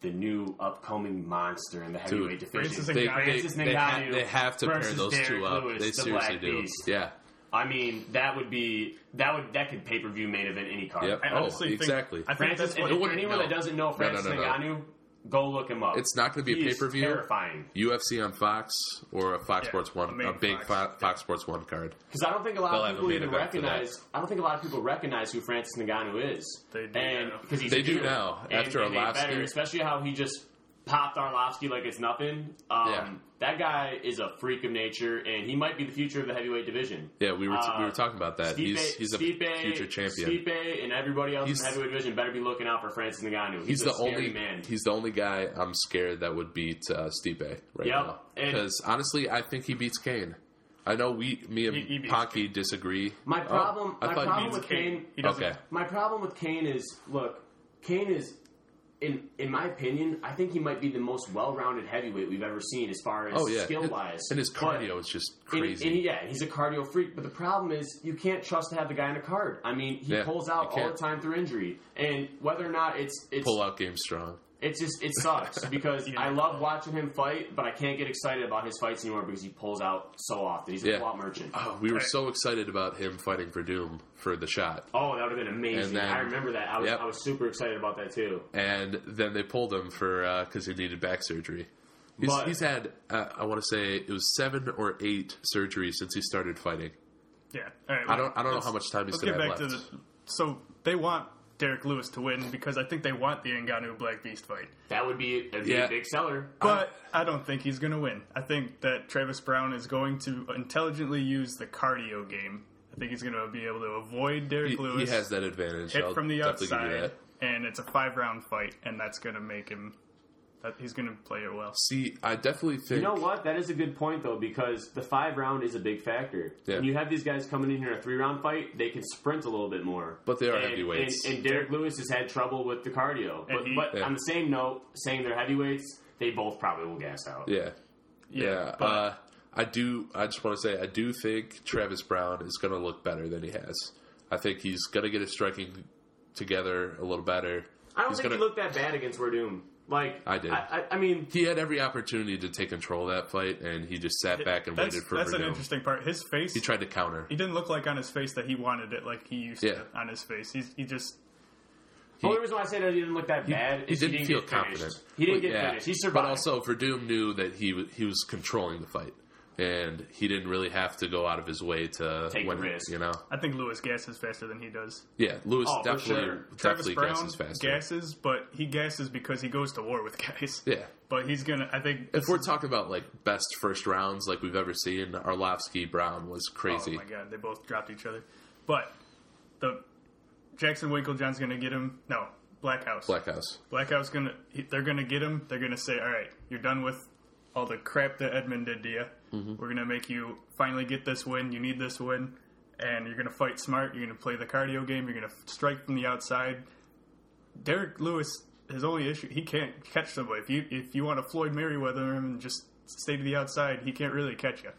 [SPEAKER 3] the new upcoming monster in the heavyweight division.
[SPEAKER 1] Francis
[SPEAKER 2] they,
[SPEAKER 1] Ngannou.
[SPEAKER 2] they,
[SPEAKER 3] Francis
[SPEAKER 2] they, ha-
[SPEAKER 3] Ngannou
[SPEAKER 2] they have to pair
[SPEAKER 3] versus
[SPEAKER 2] those two
[SPEAKER 3] Derrick
[SPEAKER 2] up.
[SPEAKER 3] Lewis,
[SPEAKER 2] they
[SPEAKER 3] the
[SPEAKER 2] seriously
[SPEAKER 3] Black
[SPEAKER 2] do.
[SPEAKER 3] Beast.
[SPEAKER 2] Yeah.
[SPEAKER 3] I mean, that would be that would that could pay per view main event any card.
[SPEAKER 2] Yep.
[SPEAKER 1] I
[SPEAKER 2] Oh,
[SPEAKER 1] honestly think,
[SPEAKER 2] exactly.
[SPEAKER 1] I think
[SPEAKER 3] Francis,
[SPEAKER 1] that's what
[SPEAKER 3] and
[SPEAKER 2] it
[SPEAKER 3] for
[SPEAKER 2] wouldn't-
[SPEAKER 3] anyone
[SPEAKER 2] no.
[SPEAKER 3] that doesn't know
[SPEAKER 2] No, no,
[SPEAKER 3] Francis
[SPEAKER 2] no, no.
[SPEAKER 3] Ngannou, go look him up.
[SPEAKER 2] It's not going to be
[SPEAKER 3] He
[SPEAKER 2] a
[SPEAKER 3] is
[SPEAKER 2] pay per view.
[SPEAKER 3] Terrifying.
[SPEAKER 2] UFC on Fox or a Fox
[SPEAKER 1] Yeah,
[SPEAKER 2] Sports
[SPEAKER 1] a
[SPEAKER 2] One,
[SPEAKER 1] main
[SPEAKER 2] a, big
[SPEAKER 1] Fox.
[SPEAKER 2] Fox, Fox Sports One card.
[SPEAKER 3] Because I don't think a
[SPEAKER 2] They'll
[SPEAKER 3] lot
[SPEAKER 2] have
[SPEAKER 3] of
[SPEAKER 2] a
[SPEAKER 3] people
[SPEAKER 2] main
[SPEAKER 3] even
[SPEAKER 2] event for that.
[SPEAKER 3] recognize. I don't think a lot of people recognize who Francis Ngannou is.
[SPEAKER 1] They do
[SPEAKER 3] and,
[SPEAKER 1] now.
[SPEAKER 3] 'cause he's
[SPEAKER 2] They do
[SPEAKER 3] new.
[SPEAKER 2] now,
[SPEAKER 3] And-
[SPEAKER 2] after
[SPEAKER 3] and they
[SPEAKER 2] Arlovski.
[SPEAKER 3] better, especially how he just popped Arlovsky like it's nothing. Um,
[SPEAKER 2] Yeah.
[SPEAKER 3] That guy is a freak of nature, and he might be the future of the heavyweight division.
[SPEAKER 2] Yeah, we were
[SPEAKER 3] Uh,
[SPEAKER 2] we were talking about that.
[SPEAKER 3] Stipe,
[SPEAKER 2] he's he's a
[SPEAKER 3] Stipe-
[SPEAKER 2] future champion.
[SPEAKER 3] Stipe and everybody else
[SPEAKER 2] He's-
[SPEAKER 3] in the heavyweight division better be looking out for Francis Ngannou. He's,
[SPEAKER 2] He's
[SPEAKER 3] a
[SPEAKER 2] the
[SPEAKER 3] scary
[SPEAKER 2] only
[SPEAKER 3] man.
[SPEAKER 2] he's the only guy I'm scared that would beat uh, Stipe right
[SPEAKER 3] Yep,
[SPEAKER 2] now.
[SPEAKER 3] and-
[SPEAKER 2] Because honestly, I think he beats Kane. I know we me and
[SPEAKER 1] He- he beats
[SPEAKER 2] Ponky disagree.
[SPEAKER 3] My
[SPEAKER 2] Oh,
[SPEAKER 3] problem-
[SPEAKER 2] I
[SPEAKER 3] my
[SPEAKER 2] thought
[SPEAKER 3] problem
[SPEAKER 2] he
[SPEAKER 3] with
[SPEAKER 2] beats
[SPEAKER 1] Kane.
[SPEAKER 3] Kane-
[SPEAKER 1] He doesn't.
[SPEAKER 2] Okay.
[SPEAKER 3] My problem with Kane is, look, Kane is, in in my opinion, I think he might be the most well-rounded heavyweight we've ever seen as far as
[SPEAKER 2] Oh yeah,
[SPEAKER 3] skill
[SPEAKER 2] And-
[SPEAKER 3] wise.
[SPEAKER 2] and his cardio is just crazy.
[SPEAKER 3] And, yeah, he's a cardio freak, but the problem is you can't trust to have the guy in a card. I mean, he
[SPEAKER 2] Yeah,
[SPEAKER 3] pulls
[SPEAKER 2] you
[SPEAKER 3] out all
[SPEAKER 2] can't.
[SPEAKER 3] the time through injury, and whether or not it's it's
[SPEAKER 2] Pull out game strong.
[SPEAKER 3] it's just it sucks because
[SPEAKER 1] Yeah.
[SPEAKER 3] I love watching him fight, but I can't get excited about his fights anymore because he pulls out so often. He's a
[SPEAKER 2] Yeah.
[SPEAKER 3] pull-out merchant.
[SPEAKER 2] Oh, we were
[SPEAKER 1] Right.
[SPEAKER 2] so excited about him fighting for Doom for the shot.
[SPEAKER 3] Oh, that would have been amazing.
[SPEAKER 2] And then-
[SPEAKER 3] I remember that. I was,
[SPEAKER 2] Yep.
[SPEAKER 3] I was super excited about that too.
[SPEAKER 2] and then they pulled him for because he needed back surgery. He's,
[SPEAKER 3] But-
[SPEAKER 2] he's had, uh, I want to say, it was seven or eight surgeries since he started fighting.
[SPEAKER 1] Yeah. All right,
[SPEAKER 2] I don't, I don't know
[SPEAKER 1] let's-
[SPEAKER 2] how much time he's
[SPEAKER 1] Let's
[SPEAKER 2] going
[SPEAKER 1] get
[SPEAKER 2] to
[SPEAKER 1] back
[SPEAKER 2] have left.
[SPEAKER 1] to the. So they want Derek Lewis to win because I think they want the Ngannou Black Beast fight.
[SPEAKER 3] That would be, that'd be
[SPEAKER 2] Yeah.
[SPEAKER 3] a big seller.
[SPEAKER 1] But I don't think he's going to win. I think that Travis Brown is going to intelligently use the cardio game. I think he's going to be able to avoid Derek
[SPEAKER 2] He- he,
[SPEAKER 1] Lewis.
[SPEAKER 2] has that advantage.
[SPEAKER 1] hit
[SPEAKER 2] I'll
[SPEAKER 1] from the
[SPEAKER 2] definitely give you
[SPEAKER 1] outside,
[SPEAKER 2] that.
[SPEAKER 1] and it's a five round fight, and that's going to make him. That he's going to play it well.
[SPEAKER 2] See, I definitely think
[SPEAKER 3] You know what? That is a good point though, because the five round is a big factor.
[SPEAKER 2] Yeah.
[SPEAKER 3] When you have these guys coming in here in a three round fight, they can sprint a little bit more.
[SPEAKER 2] But they are
[SPEAKER 3] and,
[SPEAKER 2] heavyweights.
[SPEAKER 3] And, and Derek Lewis has had trouble with the cardio. But,
[SPEAKER 1] he-
[SPEAKER 3] but
[SPEAKER 2] Yeah.
[SPEAKER 3] on the same note, saying they're heavyweights, they both probably will gas out.
[SPEAKER 2] Yeah. Yeah.
[SPEAKER 1] but-
[SPEAKER 2] uh, I do. I just want to say I do think Travis Brown is going to look better than he has. I think he's going to get his striking together a little better.
[SPEAKER 3] I don't
[SPEAKER 2] He's
[SPEAKER 3] think
[SPEAKER 2] gonna-
[SPEAKER 3] he looked that bad against Werdum. Like
[SPEAKER 2] I did.
[SPEAKER 3] I, I, I mean,
[SPEAKER 2] He had every opportunity to take control of that fight, and he just sat back and
[SPEAKER 1] that's
[SPEAKER 2] waited for
[SPEAKER 1] that's an
[SPEAKER 2] Verdum.
[SPEAKER 1] interesting part. His face.
[SPEAKER 2] He tried to counter.
[SPEAKER 1] he didn't look like on his face that he wanted it like he used
[SPEAKER 2] Yeah.
[SPEAKER 1] to on his face. He's, he just
[SPEAKER 3] the only reason why I say that he didn't look that bad
[SPEAKER 2] He
[SPEAKER 3] is he
[SPEAKER 2] didn't
[SPEAKER 3] didn't
[SPEAKER 2] feel
[SPEAKER 3] get finished.
[SPEAKER 2] confident.
[SPEAKER 3] He didn't
[SPEAKER 2] But
[SPEAKER 3] get
[SPEAKER 2] yeah.
[SPEAKER 3] finished. He survived.
[SPEAKER 2] But also, Verdum knew that he w- he was controlling the fight, and he didn't really have to go out of his way to
[SPEAKER 3] Take the
[SPEAKER 2] win it,
[SPEAKER 3] risk.
[SPEAKER 2] You know,
[SPEAKER 1] I think Lewis gasses faster than he does.
[SPEAKER 2] yeah. Lewis
[SPEAKER 3] Oh, for
[SPEAKER 2] definitely
[SPEAKER 3] sure.
[SPEAKER 1] Travis
[SPEAKER 2] definitely
[SPEAKER 1] Brown
[SPEAKER 2] gasses faster.
[SPEAKER 1] gasses, but he gasses because he goes to war with guys.
[SPEAKER 2] Yeah.
[SPEAKER 1] But he's gonna. I think
[SPEAKER 2] If we're talking about like best first rounds like we've ever seen, Arlovsky Brown was
[SPEAKER 1] Oh
[SPEAKER 2] crazy.
[SPEAKER 1] my god, they both dropped each other. But the Jackson Winklejohn's gonna get him. No, Black House.
[SPEAKER 2] Black House.
[SPEAKER 1] Black House gonna. he- They're gonna get him. They're gonna say, "All right, you're done with all the crap that Edmund did to you. We're gonna make you finally get this win. You need this win, and you're gonna fight smart. You're gonna play the cardio game. You're gonna strike from the outside." Derek Lewis, his only issue, he can't catch somebody. If you if you want to Floyd Merriweather him and just stay to the outside, he can't really catch you.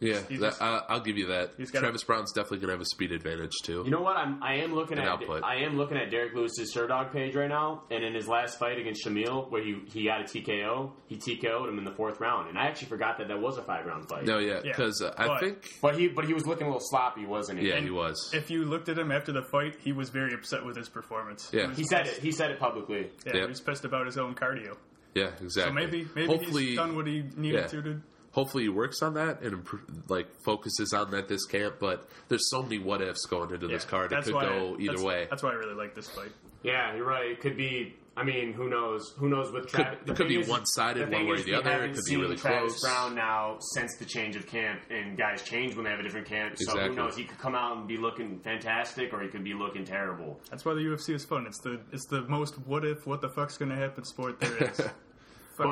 [SPEAKER 2] Yeah,
[SPEAKER 1] he's
[SPEAKER 2] that-
[SPEAKER 1] just-
[SPEAKER 2] I, I'll give you that.
[SPEAKER 1] he's got a-
[SPEAKER 2] Travis Brown's definitely gonna have a speed advantage too.
[SPEAKER 3] You know what? I'm I am looking
[SPEAKER 2] An
[SPEAKER 3] at
[SPEAKER 2] output.
[SPEAKER 3] I am looking at Derek Lewis's Sherdog page right now, and in his last fight against Shamil, where he he got a TKO, he TKO'd him in the fourth round, and I actually forgot that that was a five round fight.
[SPEAKER 2] no, yeah,
[SPEAKER 1] Yeah,
[SPEAKER 2] because uh, I
[SPEAKER 1] but-
[SPEAKER 2] think
[SPEAKER 3] But he but he was looking a little sloppy, wasn't he?
[SPEAKER 2] yeah
[SPEAKER 1] and
[SPEAKER 2] he was.
[SPEAKER 1] If you looked at him after the fight, he was very upset with his performance.
[SPEAKER 2] Yeah.
[SPEAKER 1] he was,
[SPEAKER 3] He said it. He said it publicly.
[SPEAKER 1] yeah,
[SPEAKER 2] Yep.
[SPEAKER 1] he was pissed about his own cardio.
[SPEAKER 2] yeah, exactly.
[SPEAKER 1] So maybe maybe
[SPEAKER 2] hopefully,
[SPEAKER 1] he's done what he needed
[SPEAKER 2] yeah.
[SPEAKER 1] to do.
[SPEAKER 2] hopefully he works on that and impro- like focuses on that this camp. But there's so many what ifs going into this card. It could go either
[SPEAKER 1] that's,
[SPEAKER 2] way.
[SPEAKER 1] That's why I really like this fight.
[SPEAKER 3] Yeah, you're right. It could be. I mean, who knows? Who knows with
[SPEAKER 2] Could-
[SPEAKER 3] Travis?
[SPEAKER 2] it could be one-sided one way or the other. It could be really
[SPEAKER 3] Travis
[SPEAKER 2] close.
[SPEAKER 3] Brown now since the change of camp, and guys change when they have a different camp. So
[SPEAKER 2] Exactly.
[SPEAKER 3] who knows? He could come out and be looking fantastic, or he could be looking terrible.
[SPEAKER 1] That's why the UFC is fun. It's the it's the most what if what the fuck's gonna happen sport there is. Fucking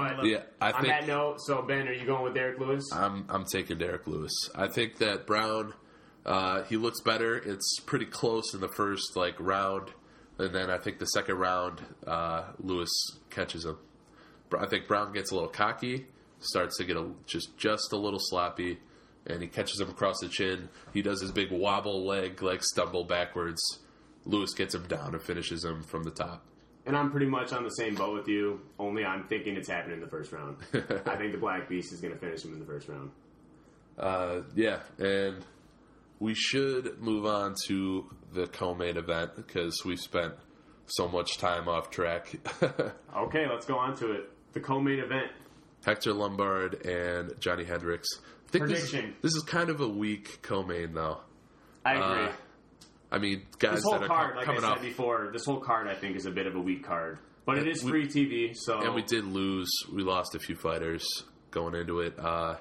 [SPEAKER 3] But-
[SPEAKER 1] love it.
[SPEAKER 2] yeah, I
[SPEAKER 3] On
[SPEAKER 2] think Uh,
[SPEAKER 3] that note, so Ben, are you going with Derek Lewis?
[SPEAKER 2] I'm I'm taking Derek Lewis. I think that Brown, uh, he looks better. It's pretty close in the first like round, and then I think the second round, uh, Lewis catches him. Br- I think Brown gets a little cocky, starts to get a, just just a little sloppy, and he catches him across the chin. He does his big wobble leg like stumble backwards. Lewis gets him down and finishes him from the top.
[SPEAKER 3] And I'm pretty much on the same boat with you. Only I'm thinking it's happening in the first round. I think the Black Beast is going to finish him in the first round.
[SPEAKER 2] Uh, yeah, and we should move on to the co-main event because we've spent so much time off track.
[SPEAKER 3] Okay, let's go on to it. The co-main event.
[SPEAKER 2] Hector Lombard and Johnny Hendricks. I think this is-
[SPEAKER 3] Prediction.
[SPEAKER 2] This, is kind of a weak co-main, though.
[SPEAKER 3] I agree.
[SPEAKER 2] Uh, I mean, guys
[SPEAKER 3] this whole
[SPEAKER 2] that are
[SPEAKER 3] card,
[SPEAKER 2] co-
[SPEAKER 3] like I
[SPEAKER 2] coming
[SPEAKER 3] said
[SPEAKER 2] off,
[SPEAKER 3] before, this whole card I think is a bit of a weak card, but it
[SPEAKER 2] Yeah,
[SPEAKER 3] is
[SPEAKER 2] we-
[SPEAKER 3] free TV. So
[SPEAKER 2] and we did lose. We lost a few fighters going into it. Uh,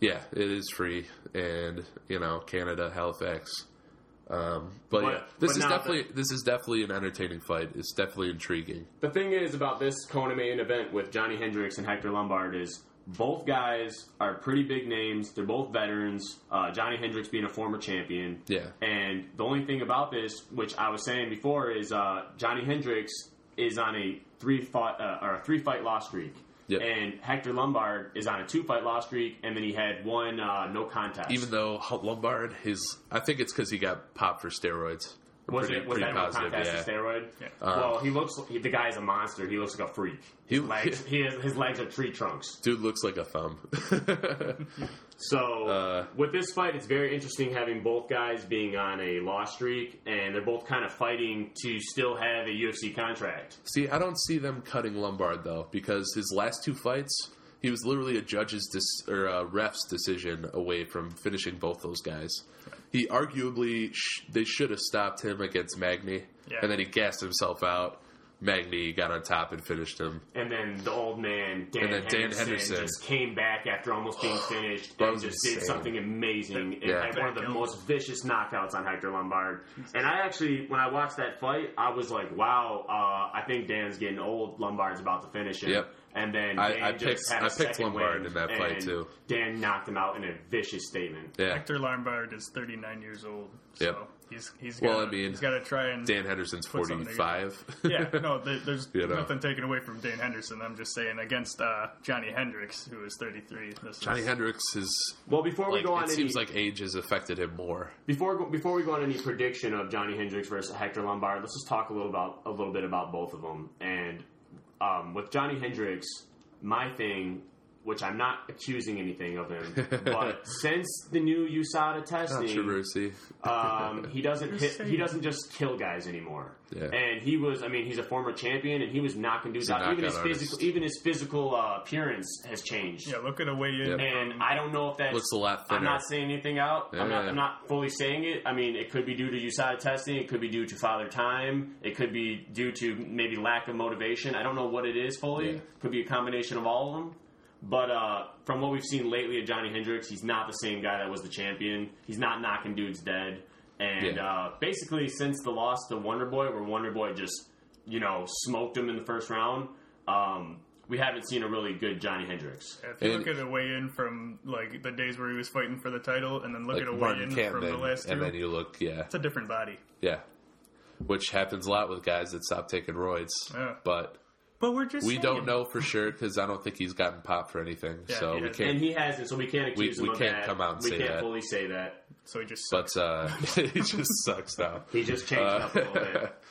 [SPEAKER 2] yeah, it is free, and you know, Canada, Halifax. Um, but,
[SPEAKER 3] But-
[SPEAKER 2] yeah, this
[SPEAKER 3] but
[SPEAKER 2] is
[SPEAKER 3] now
[SPEAKER 2] definitely this is definitely an entertaining fight. It's definitely intriguing.
[SPEAKER 3] the thing is about this Kona main event with Johnny Hendricks and Hector Lombard is both guys are pretty big names. They're both veterans. Uh, Johnny Hendricks being a former champion.
[SPEAKER 2] Yeah.
[SPEAKER 3] And the only thing about this, which I was saying before, is uh, Johnny Hendricks is on a three fight uh, or a three fight loss streak.
[SPEAKER 2] Yep.
[SPEAKER 3] And Hector Lombard is on a two fight loss streak, and then he had one uh, no contest.
[SPEAKER 2] even though Lombard, his I think it's because he got popped for steroids. I'm
[SPEAKER 3] Was it was that no contest
[SPEAKER 2] yeah. Um,
[SPEAKER 3] a steroid? well, he looks. He, the guy's a monster. He looks like a freak.
[SPEAKER 2] He-
[SPEAKER 3] His legs. he has, his legs are tree trunks.
[SPEAKER 2] Dude looks like a thumb.
[SPEAKER 3] So
[SPEAKER 2] Uh,
[SPEAKER 3] with this fight, it's very interesting having both guys being on a loss streak, and they're both kind of fighting to still have a UFC contract.
[SPEAKER 2] see, I don't see them cutting Lombard though, because his last two fights, he was literally a judge's dis- or a ref's decision away from finishing both those guys. He arguably sh- they should have stopped him against Magny,
[SPEAKER 1] Yeah.
[SPEAKER 2] and then he gassed himself out. Magni got on top and finished him.
[SPEAKER 3] And then the old man Dan,
[SPEAKER 2] And then Dan
[SPEAKER 3] Henderson,
[SPEAKER 2] Henderson.
[SPEAKER 3] just came back after almost being finished
[SPEAKER 2] That
[SPEAKER 3] and
[SPEAKER 2] was
[SPEAKER 3] just did
[SPEAKER 2] insane.
[SPEAKER 3] something amazing and
[SPEAKER 2] Yeah.
[SPEAKER 3] had one of the
[SPEAKER 1] Back elbow.
[SPEAKER 3] most vicious knockouts on Hector Lombard. And I actually, when I watched that fight, I was like, "Wow, uh, I think Dan's getting old. Lombard's about to finish him."
[SPEAKER 2] Yep.
[SPEAKER 3] And then
[SPEAKER 2] I-
[SPEAKER 3] Dan
[SPEAKER 2] I
[SPEAKER 3] just
[SPEAKER 2] picked-
[SPEAKER 3] had a
[SPEAKER 2] I picked
[SPEAKER 3] second
[SPEAKER 2] Lombard
[SPEAKER 3] win,
[SPEAKER 2] in that fight,
[SPEAKER 3] and
[SPEAKER 2] too.
[SPEAKER 3] Dan knocked him out in a vicious statement.
[SPEAKER 2] Yeah,
[SPEAKER 1] Hector Lombard is 39 years old. So
[SPEAKER 2] Yep.
[SPEAKER 1] he's he's got
[SPEAKER 2] Well, I mean,
[SPEAKER 1] he's got to try and
[SPEAKER 2] Dan Henderson's
[SPEAKER 1] Put something
[SPEAKER 2] forty five.
[SPEAKER 1] yeah, no, there, there's
[SPEAKER 2] You know.
[SPEAKER 1] nothing taken away from Dane Henderson. I'm just saying against uh, Johnny Hendricks, who is 33. This
[SPEAKER 2] Johnny
[SPEAKER 1] is,
[SPEAKER 2] Hendricks is
[SPEAKER 3] Well, before we
[SPEAKER 2] like
[SPEAKER 3] go on,
[SPEAKER 2] it
[SPEAKER 3] any,
[SPEAKER 2] seems like age has affected him more.
[SPEAKER 3] Before before we go on any prediction of Johnny Hendricks versus Hector Lombard, let's just talk a little about a little bit about both of them. And um, with Johnny Hendricks, my thing, which I'm not accusing anything of him, but since the new USADA testing,
[SPEAKER 2] Controversy.
[SPEAKER 3] um, he doesn't hit, he
[SPEAKER 1] saying.
[SPEAKER 3] doesn't just kill guys anymore.
[SPEAKER 2] Yeah.
[SPEAKER 3] And he was, I mean, he's a former champion, and he was knocking dudes
[SPEAKER 2] a
[SPEAKER 3] out. Even
[SPEAKER 2] knockout
[SPEAKER 3] his
[SPEAKER 2] artist.
[SPEAKER 3] physical, even his physical uh, appearance has changed.
[SPEAKER 1] yeah, look at a way in.
[SPEAKER 3] And I don't know if that's
[SPEAKER 2] Looks a lot thinner.
[SPEAKER 3] I'm not saying anything out. I'm, not,
[SPEAKER 2] Yeah.
[SPEAKER 3] I'm not fully saying it. I mean, it could be due to USADA testing. It could be due to father time. It could be due to maybe lack of motivation. I don't know what it is fully.
[SPEAKER 2] Yeah.
[SPEAKER 3] Could be a combination of all of them. But uh, from what we've seen lately of Johnny Hendricks, he's not the same guy that was the champion. He's not knocking dudes dead. And
[SPEAKER 2] Yeah.
[SPEAKER 3] uh, basically, since the loss to Wonder Boy, where Wonder Boy just you know smoked him in the first round, um, we haven't seen a really good Johnny Hendricks.
[SPEAKER 1] If you
[SPEAKER 2] And-
[SPEAKER 1] look at a way in from like the days where he was fighting for the title, and then look
[SPEAKER 2] Like
[SPEAKER 1] at a way
[SPEAKER 2] Martin
[SPEAKER 1] in
[SPEAKER 2] Camden,
[SPEAKER 1] from the last
[SPEAKER 2] and
[SPEAKER 1] two,
[SPEAKER 2] then you look, yeah,
[SPEAKER 1] it's a different body.
[SPEAKER 2] yeah, which happens a lot with guys that stop taking roids.
[SPEAKER 1] Yeah.
[SPEAKER 2] But
[SPEAKER 1] But we're just
[SPEAKER 2] we
[SPEAKER 1] saying.
[SPEAKER 2] don't know for sure because I don't think he's gotten popped for anything,
[SPEAKER 1] Yeah,
[SPEAKER 2] so
[SPEAKER 1] he
[SPEAKER 2] we
[SPEAKER 1] hasn't.
[SPEAKER 2] can't.
[SPEAKER 3] and he hasn't, so we can't accuse
[SPEAKER 2] we
[SPEAKER 3] him of
[SPEAKER 2] can't
[SPEAKER 3] that.
[SPEAKER 2] come out and
[SPEAKER 3] we
[SPEAKER 2] say
[SPEAKER 3] can't
[SPEAKER 2] that.
[SPEAKER 3] fully say that.
[SPEAKER 1] So he just
[SPEAKER 2] but uh, he just sucks now.
[SPEAKER 3] He just changed
[SPEAKER 2] Uh,
[SPEAKER 3] up a little bit.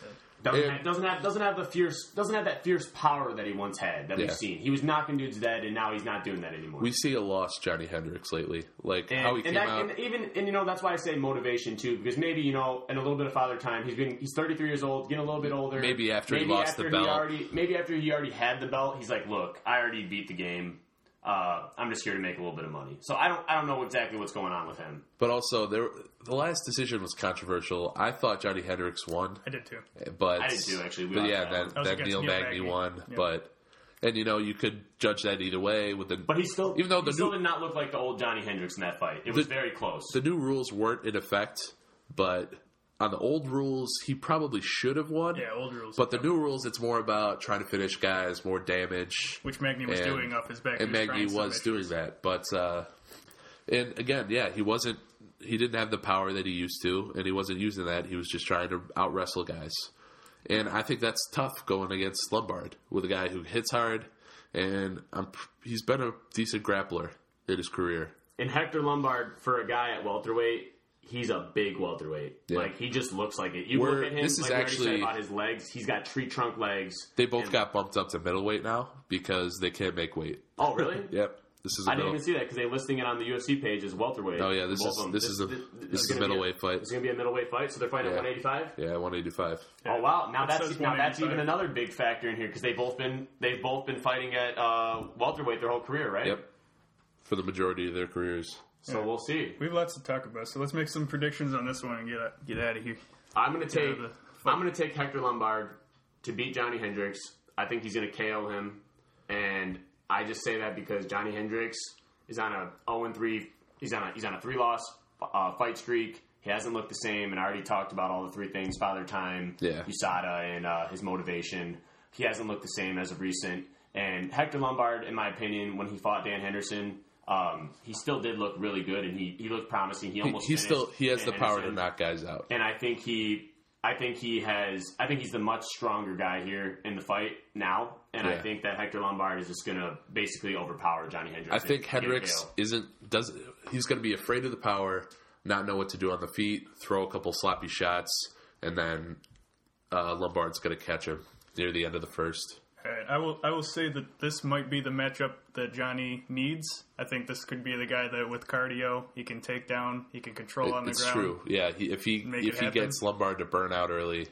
[SPEAKER 3] Doesn't,
[SPEAKER 2] It-
[SPEAKER 3] have, doesn't have doesn't have the fierce doesn't have that fierce power that he once had that
[SPEAKER 2] Yeah.
[SPEAKER 3] we've seen. He was knocking dudes dead, and now he's not doing that anymore.
[SPEAKER 2] We see a lost Johnny Hendricks lately, like
[SPEAKER 3] and,
[SPEAKER 2] how he
[SPEAKER 3] and
[SPEAKER 2] came
[SPEAKER 3] that,
[SPEAKER 2] out.
[SPEAKER 3] and even and you know that's why I say motivation too, because maybe you know in a little bit of father time he's been he's 33 years old, getting a little bit older.
[SPEAKER 2] Maybe after he lost the belt.
[SPEAKER 3] already, maybe after he already had the belt, he's like, look, I already beat the game. Uh, I'm just here to make a little bit of money. So I don't I don't know exactly what's going on with him.
[SPEAKER 2] But also, there the last decision was controversial. I thought Johnny Hendricks won,
[SPEAKER 1] I did too.
[SPEAKER 2] but
[SPEAKER 3] I did too, actually. We
[SPEAKER 2] But
[SPEAKER 3] lost
[SPEAKER 2] yeah,
[SPEAKER 3] that one.
[SPEAKER 1] That
[SPEAKER 2] then,
[SPEAKER 1] was
[SPEAKER 2] then
[SPEAKER 1] against
[SPEAKER 2] Neil
[SPEAKER 1] Neil
[SPEAKER 2] Magny
[SPEAKER 1] Magny.
[SPEAKER 2] won.
[SPEAKER 1] Yeah.
[SPEAKER 2] But and you know you could judge that either way with the
[SPEAKER 3] But he still,
[SPEAKER 2] Even though
[SPEAKER 3] he
[SPEAKER 2] the
[SPEAKER 3] still
[SPEAKER 2] new-
[SPEAKER 3] did not look like the old Johnny Hendricks in that fight. It was
[SPEAKER 2] The-
[SPEAKER 3] very close.
[SPEAKER 2] the new rules weren't in effect. But on the old rules, he probably should have won.
[SPEAKER 1] Yeah, old rules.
[SPEAKER 2] But the new rules, it's more about trying to finish guys, more damage.
[SPEAKER 1] which Magny was
[SPEAKER 2] and-
[SPEAKER 1] doing off his back,
[SPEAKER 2] and
[SPEAKER 1] he
[SPEAKER 2] Magny
[SPEAKER 1] trying
[SPEAKER 2] E was
[SPEAKER 1] so much.
[SPEAKER 2] doing that. But uh, and again, yeah, he wasn't. He didn't have the power that he used to, and he wasn't using that. He was just trying to out wrestle guys, and I think that's tough going against Lombard with a guy who hits hard, and I'm, he's been a decent grappler in his career.
[SPEAKER 3] and Hector Lombard, for a guy at welterweight, he's a big welterweight.
[SPEAKER 2] Yeah.
[SPEAKER 3] Like he just looks like it. You
[SPEAKER 2] We're-
[SPEAKER 3] look at him.
[SPEAKER 2] this is
[SPEAKER 3] like we already said
[SPEAKER 2] actually-
[SPEAKER 3] about his legs. He's got tree trunk legs.
[SPEAKER 2] They both
[SPEAKER 3] And-
[SPEAKER 2] got bumped up to middleweight now because they can't make weight.
[SPEAKER 3] Oh really?
[SPEAKER 2] Yep, this is a
[SPEAKER 3] I didn't
[SPEAKER 2] middle.
[SPEAKER 3] even see that because they listing it on the UFC page as welterweight.
[SPEAKER 2] Oh yeah, this
[SPEAKER 3] Both
[SPEAKER 2] is
[SPEAKER 3] of them.
[SPEAKER 2] this, is a this is a
[SPEAKER 3] gonna be
[SPEAKER 2] middleweight fight.
[SPEAKER 3] It's going to be a middleweight fight, so they're fighting
[SPEAKER 2] Yeah.
[SPEAKER 3] at 185.
[SPEAKER 2] Yeah, one eighty five.
[SPEAKER 3] Oh wow! Now
[SPEAKER 1] It
[SPEAKER 3] that's
[SPEAKER 1] says
[SPEAKER 3] now that's
[SPEAKER 1] 185.
[SPEAKER 3] even another big factor in here because they've both been they've both been fighting at uh, welterweight their whole career, right?
[SPEAKER 2] Yep, for the majority of their careers.
[SPEAKER 3] So we'll see.
[SPEAKER 1] We have lots to talk about, so let's make some predictions on this one and get out, get out of here.
[SPEAKER 3] I'm gonna take
[SPEAKER 1] the-
[SPEAKER 3] I'm gonna take Hector Lombard to beat Johnny Hendricks. I think he's gonna KO him, and I just say that because Johnny Hendricks is on a 0 3. He's on a he's on a three loss uh, fight streak. He hasn't looked the same, and I already talked about all the three things: father time,
[SPEAKER 2] Yeah.
[SPEAKER 3] USADA, and uh, his motivation. He hasn't looked the same as of recent. And Hector Lombard, in my opinion, when he fought Dan Henderson. Um, he still did look really good, and he, he looked promising. He
[SPEAKER 2] He,
[SPEAKER 3] almost
[SPEAKER 2] he still
[SPEAKER 3] finished
[SPEAKER 2] he has
[SPEAKER 3] Dan
[SPEAKER 2] the power to
[SPEAKER 3] Henderson
[SPEAKER 2] knock guys out.
[SPEAKER 3] and I think he, I think he has, I think he's the much stronger guy here in the fight now, and
[SPEAKER 2] Yeah.
[SPEAKER 3] I think that Hector Lombard is just going to basically overpower Johnny Hendricks.
[SPEAKER 2] I
[SPEAKER 3] and
[SPEAKER 2] think
[SPEAKER 3] get
[SPEAKER 2] Hendricks
[SPEAKER 3] KO.
[SPEAKER 2] isn't does he's going to be afraid of the power, not know what to do on the feet, throw a couple sloppy shots, and then uh, Lombard's going to catch him near the end of the first.
[SPEAKER 1] All right, I will. I will say that this might be the matchup that Johnny needs. I think this could be the guy that, with cardio, he can take down, he can control on the
[SPEAKER 2] it's
[SPEAKER 1] ground.
[SPEAKER 2] true, yeah. He, if he
[SPEAKER 1] Make
[SPEAKER 2] if
[SPEAKER 1] it
[SPEAKER 2] he
[SPEAKER 1] happen.
[SPEAKER 2] gets Lombard to burn out early,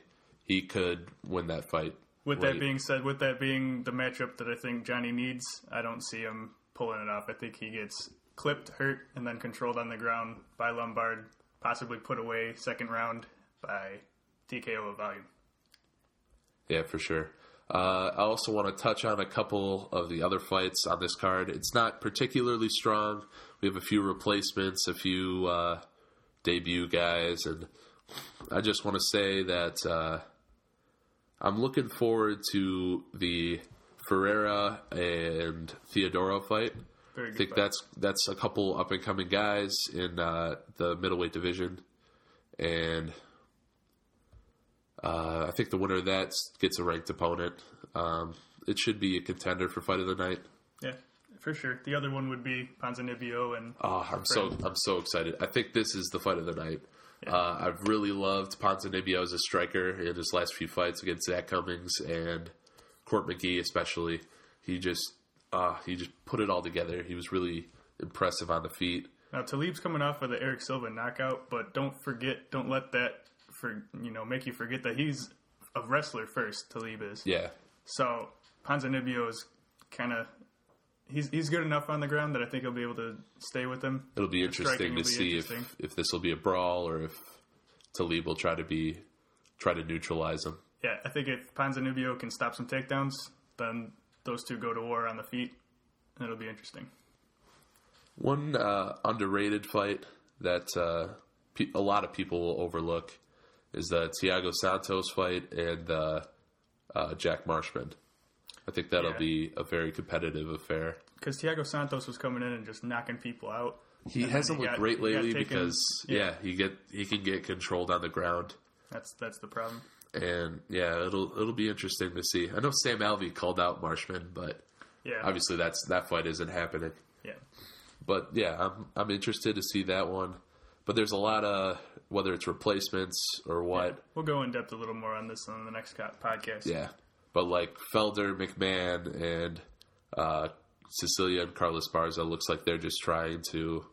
[SPEAKER 2] he could win that fight.
[SPEAKER 1] With
[SPEAKER 2] late.
[SPEAKER 1] that being said, with that being the matchup that I think Johnny needs, I don't see him pulling it off. I think he gets clipped, hurt, and then controlled on the ground by Lombard, possibly put away second round by TKO of volume.
[SPEAKER 2] yeah, for sure. Uh, I also want to touch on a couple of the other fights on this card. It's not particularly strong. We have a few replacements, a few uh, debut guys, and I just want to say that uh, I'm looking forward to the Ferreira and Theodoro fight.
[SPEAKER 1] Very
[SPEAKER 2] I
[SPEAKER 1] good.
[SPEAKER 2] think
[SPEAKER 1] fight.
[SPEAKER 2] that's that's a couple up and coming guys in uh, the middleweight division, and uh, I think the winner of that gets a ranked opponent. Um, it should be a contender for fight of the night.
[SPEAKER 1] yeah, for sure. The other one would be Ponzinibbio and
[SPEAKER 2] Oh, I'm so I'm so excited. I think this is the fight of the night. Uh, I've really loved Ponzinibbio as a striker in his last few fights against Zach Cummings and Court McGee, especially. He just uh, he just put it all together. He was really impressive on the feet.
[SPEAKER 1] now Talib's coming off with the Eric Silva knockout, but don't forget, don't let that for you know make you forget that he's a wrestler first. Talib is
[SPEAKER 2] Yeah,
[SPEAKER 1] so Ponzinibbio is kind of. He's, he's good enough on the ground that I think he'll be able to stay with him.
[SPEAKER 2] It'll be interesting
[SPEAKER 1] striking will
[SPEAKER 2] to
[SPEAKER 1] be
[SPEAKER 2] see
[SPEAKER 1] interesting.
[SPEAKER 2] if if this will be a brawl or if Talib will try to be try to neutralize him.
[SPEAKER 1] Yeah, I think if Ponzinibbio can stop some takedowns, then those two go to war on the feet, and it'll be interesting.
[SPEAKER 2] One uh, underrated fight that uh, pe- a lot of people will overlook is the Tiago Santos fight and uh, uh, Jack Marshman. I think that'll
[SPEAKER 1] Yeah.
[SPEAKER 2] be a very competitive affair.
[SPEAKER 1] Because Thiago Santos was coming in and just knocking people out.
[SPEAKER 2] He hasn't
[SPEAKER 1] he
[SPEAKER 2] looked
[SPEAKER 1] got-
[SPEAKER 2] great
[SPEAKER 1] he got
[SPEAKER 2] lately
[SPEAKER 1] taken-
[SPEAKER 2] because
[SPEAKER 1] yeah.
[SPEAKER 2] yeah, he get he can get controlled on the ground.
[SPEAKER 1] That's that's the problem.
[SPEAKER 2] and yeah, it'll it'll be interesting to see. I know Sam Alvey called out Marshman, but
[SPEAKER 1] Yeah,
[SPEAKER 2] obviously that's that fight isn't happening.
[SPEAKER 1] yeah,
[SPEAKER 2] But yeah, I'm I'm interested to see that one. But there's a lot of whether it's replacements or what.
[SPEAKER 1] we'll go in depth a little more on this on the next co- podcast.
[SPEAKER 2] Yeah. But like Felder, McMahon, and uh, Cecilia and Carlos Barza looks like they're just trying to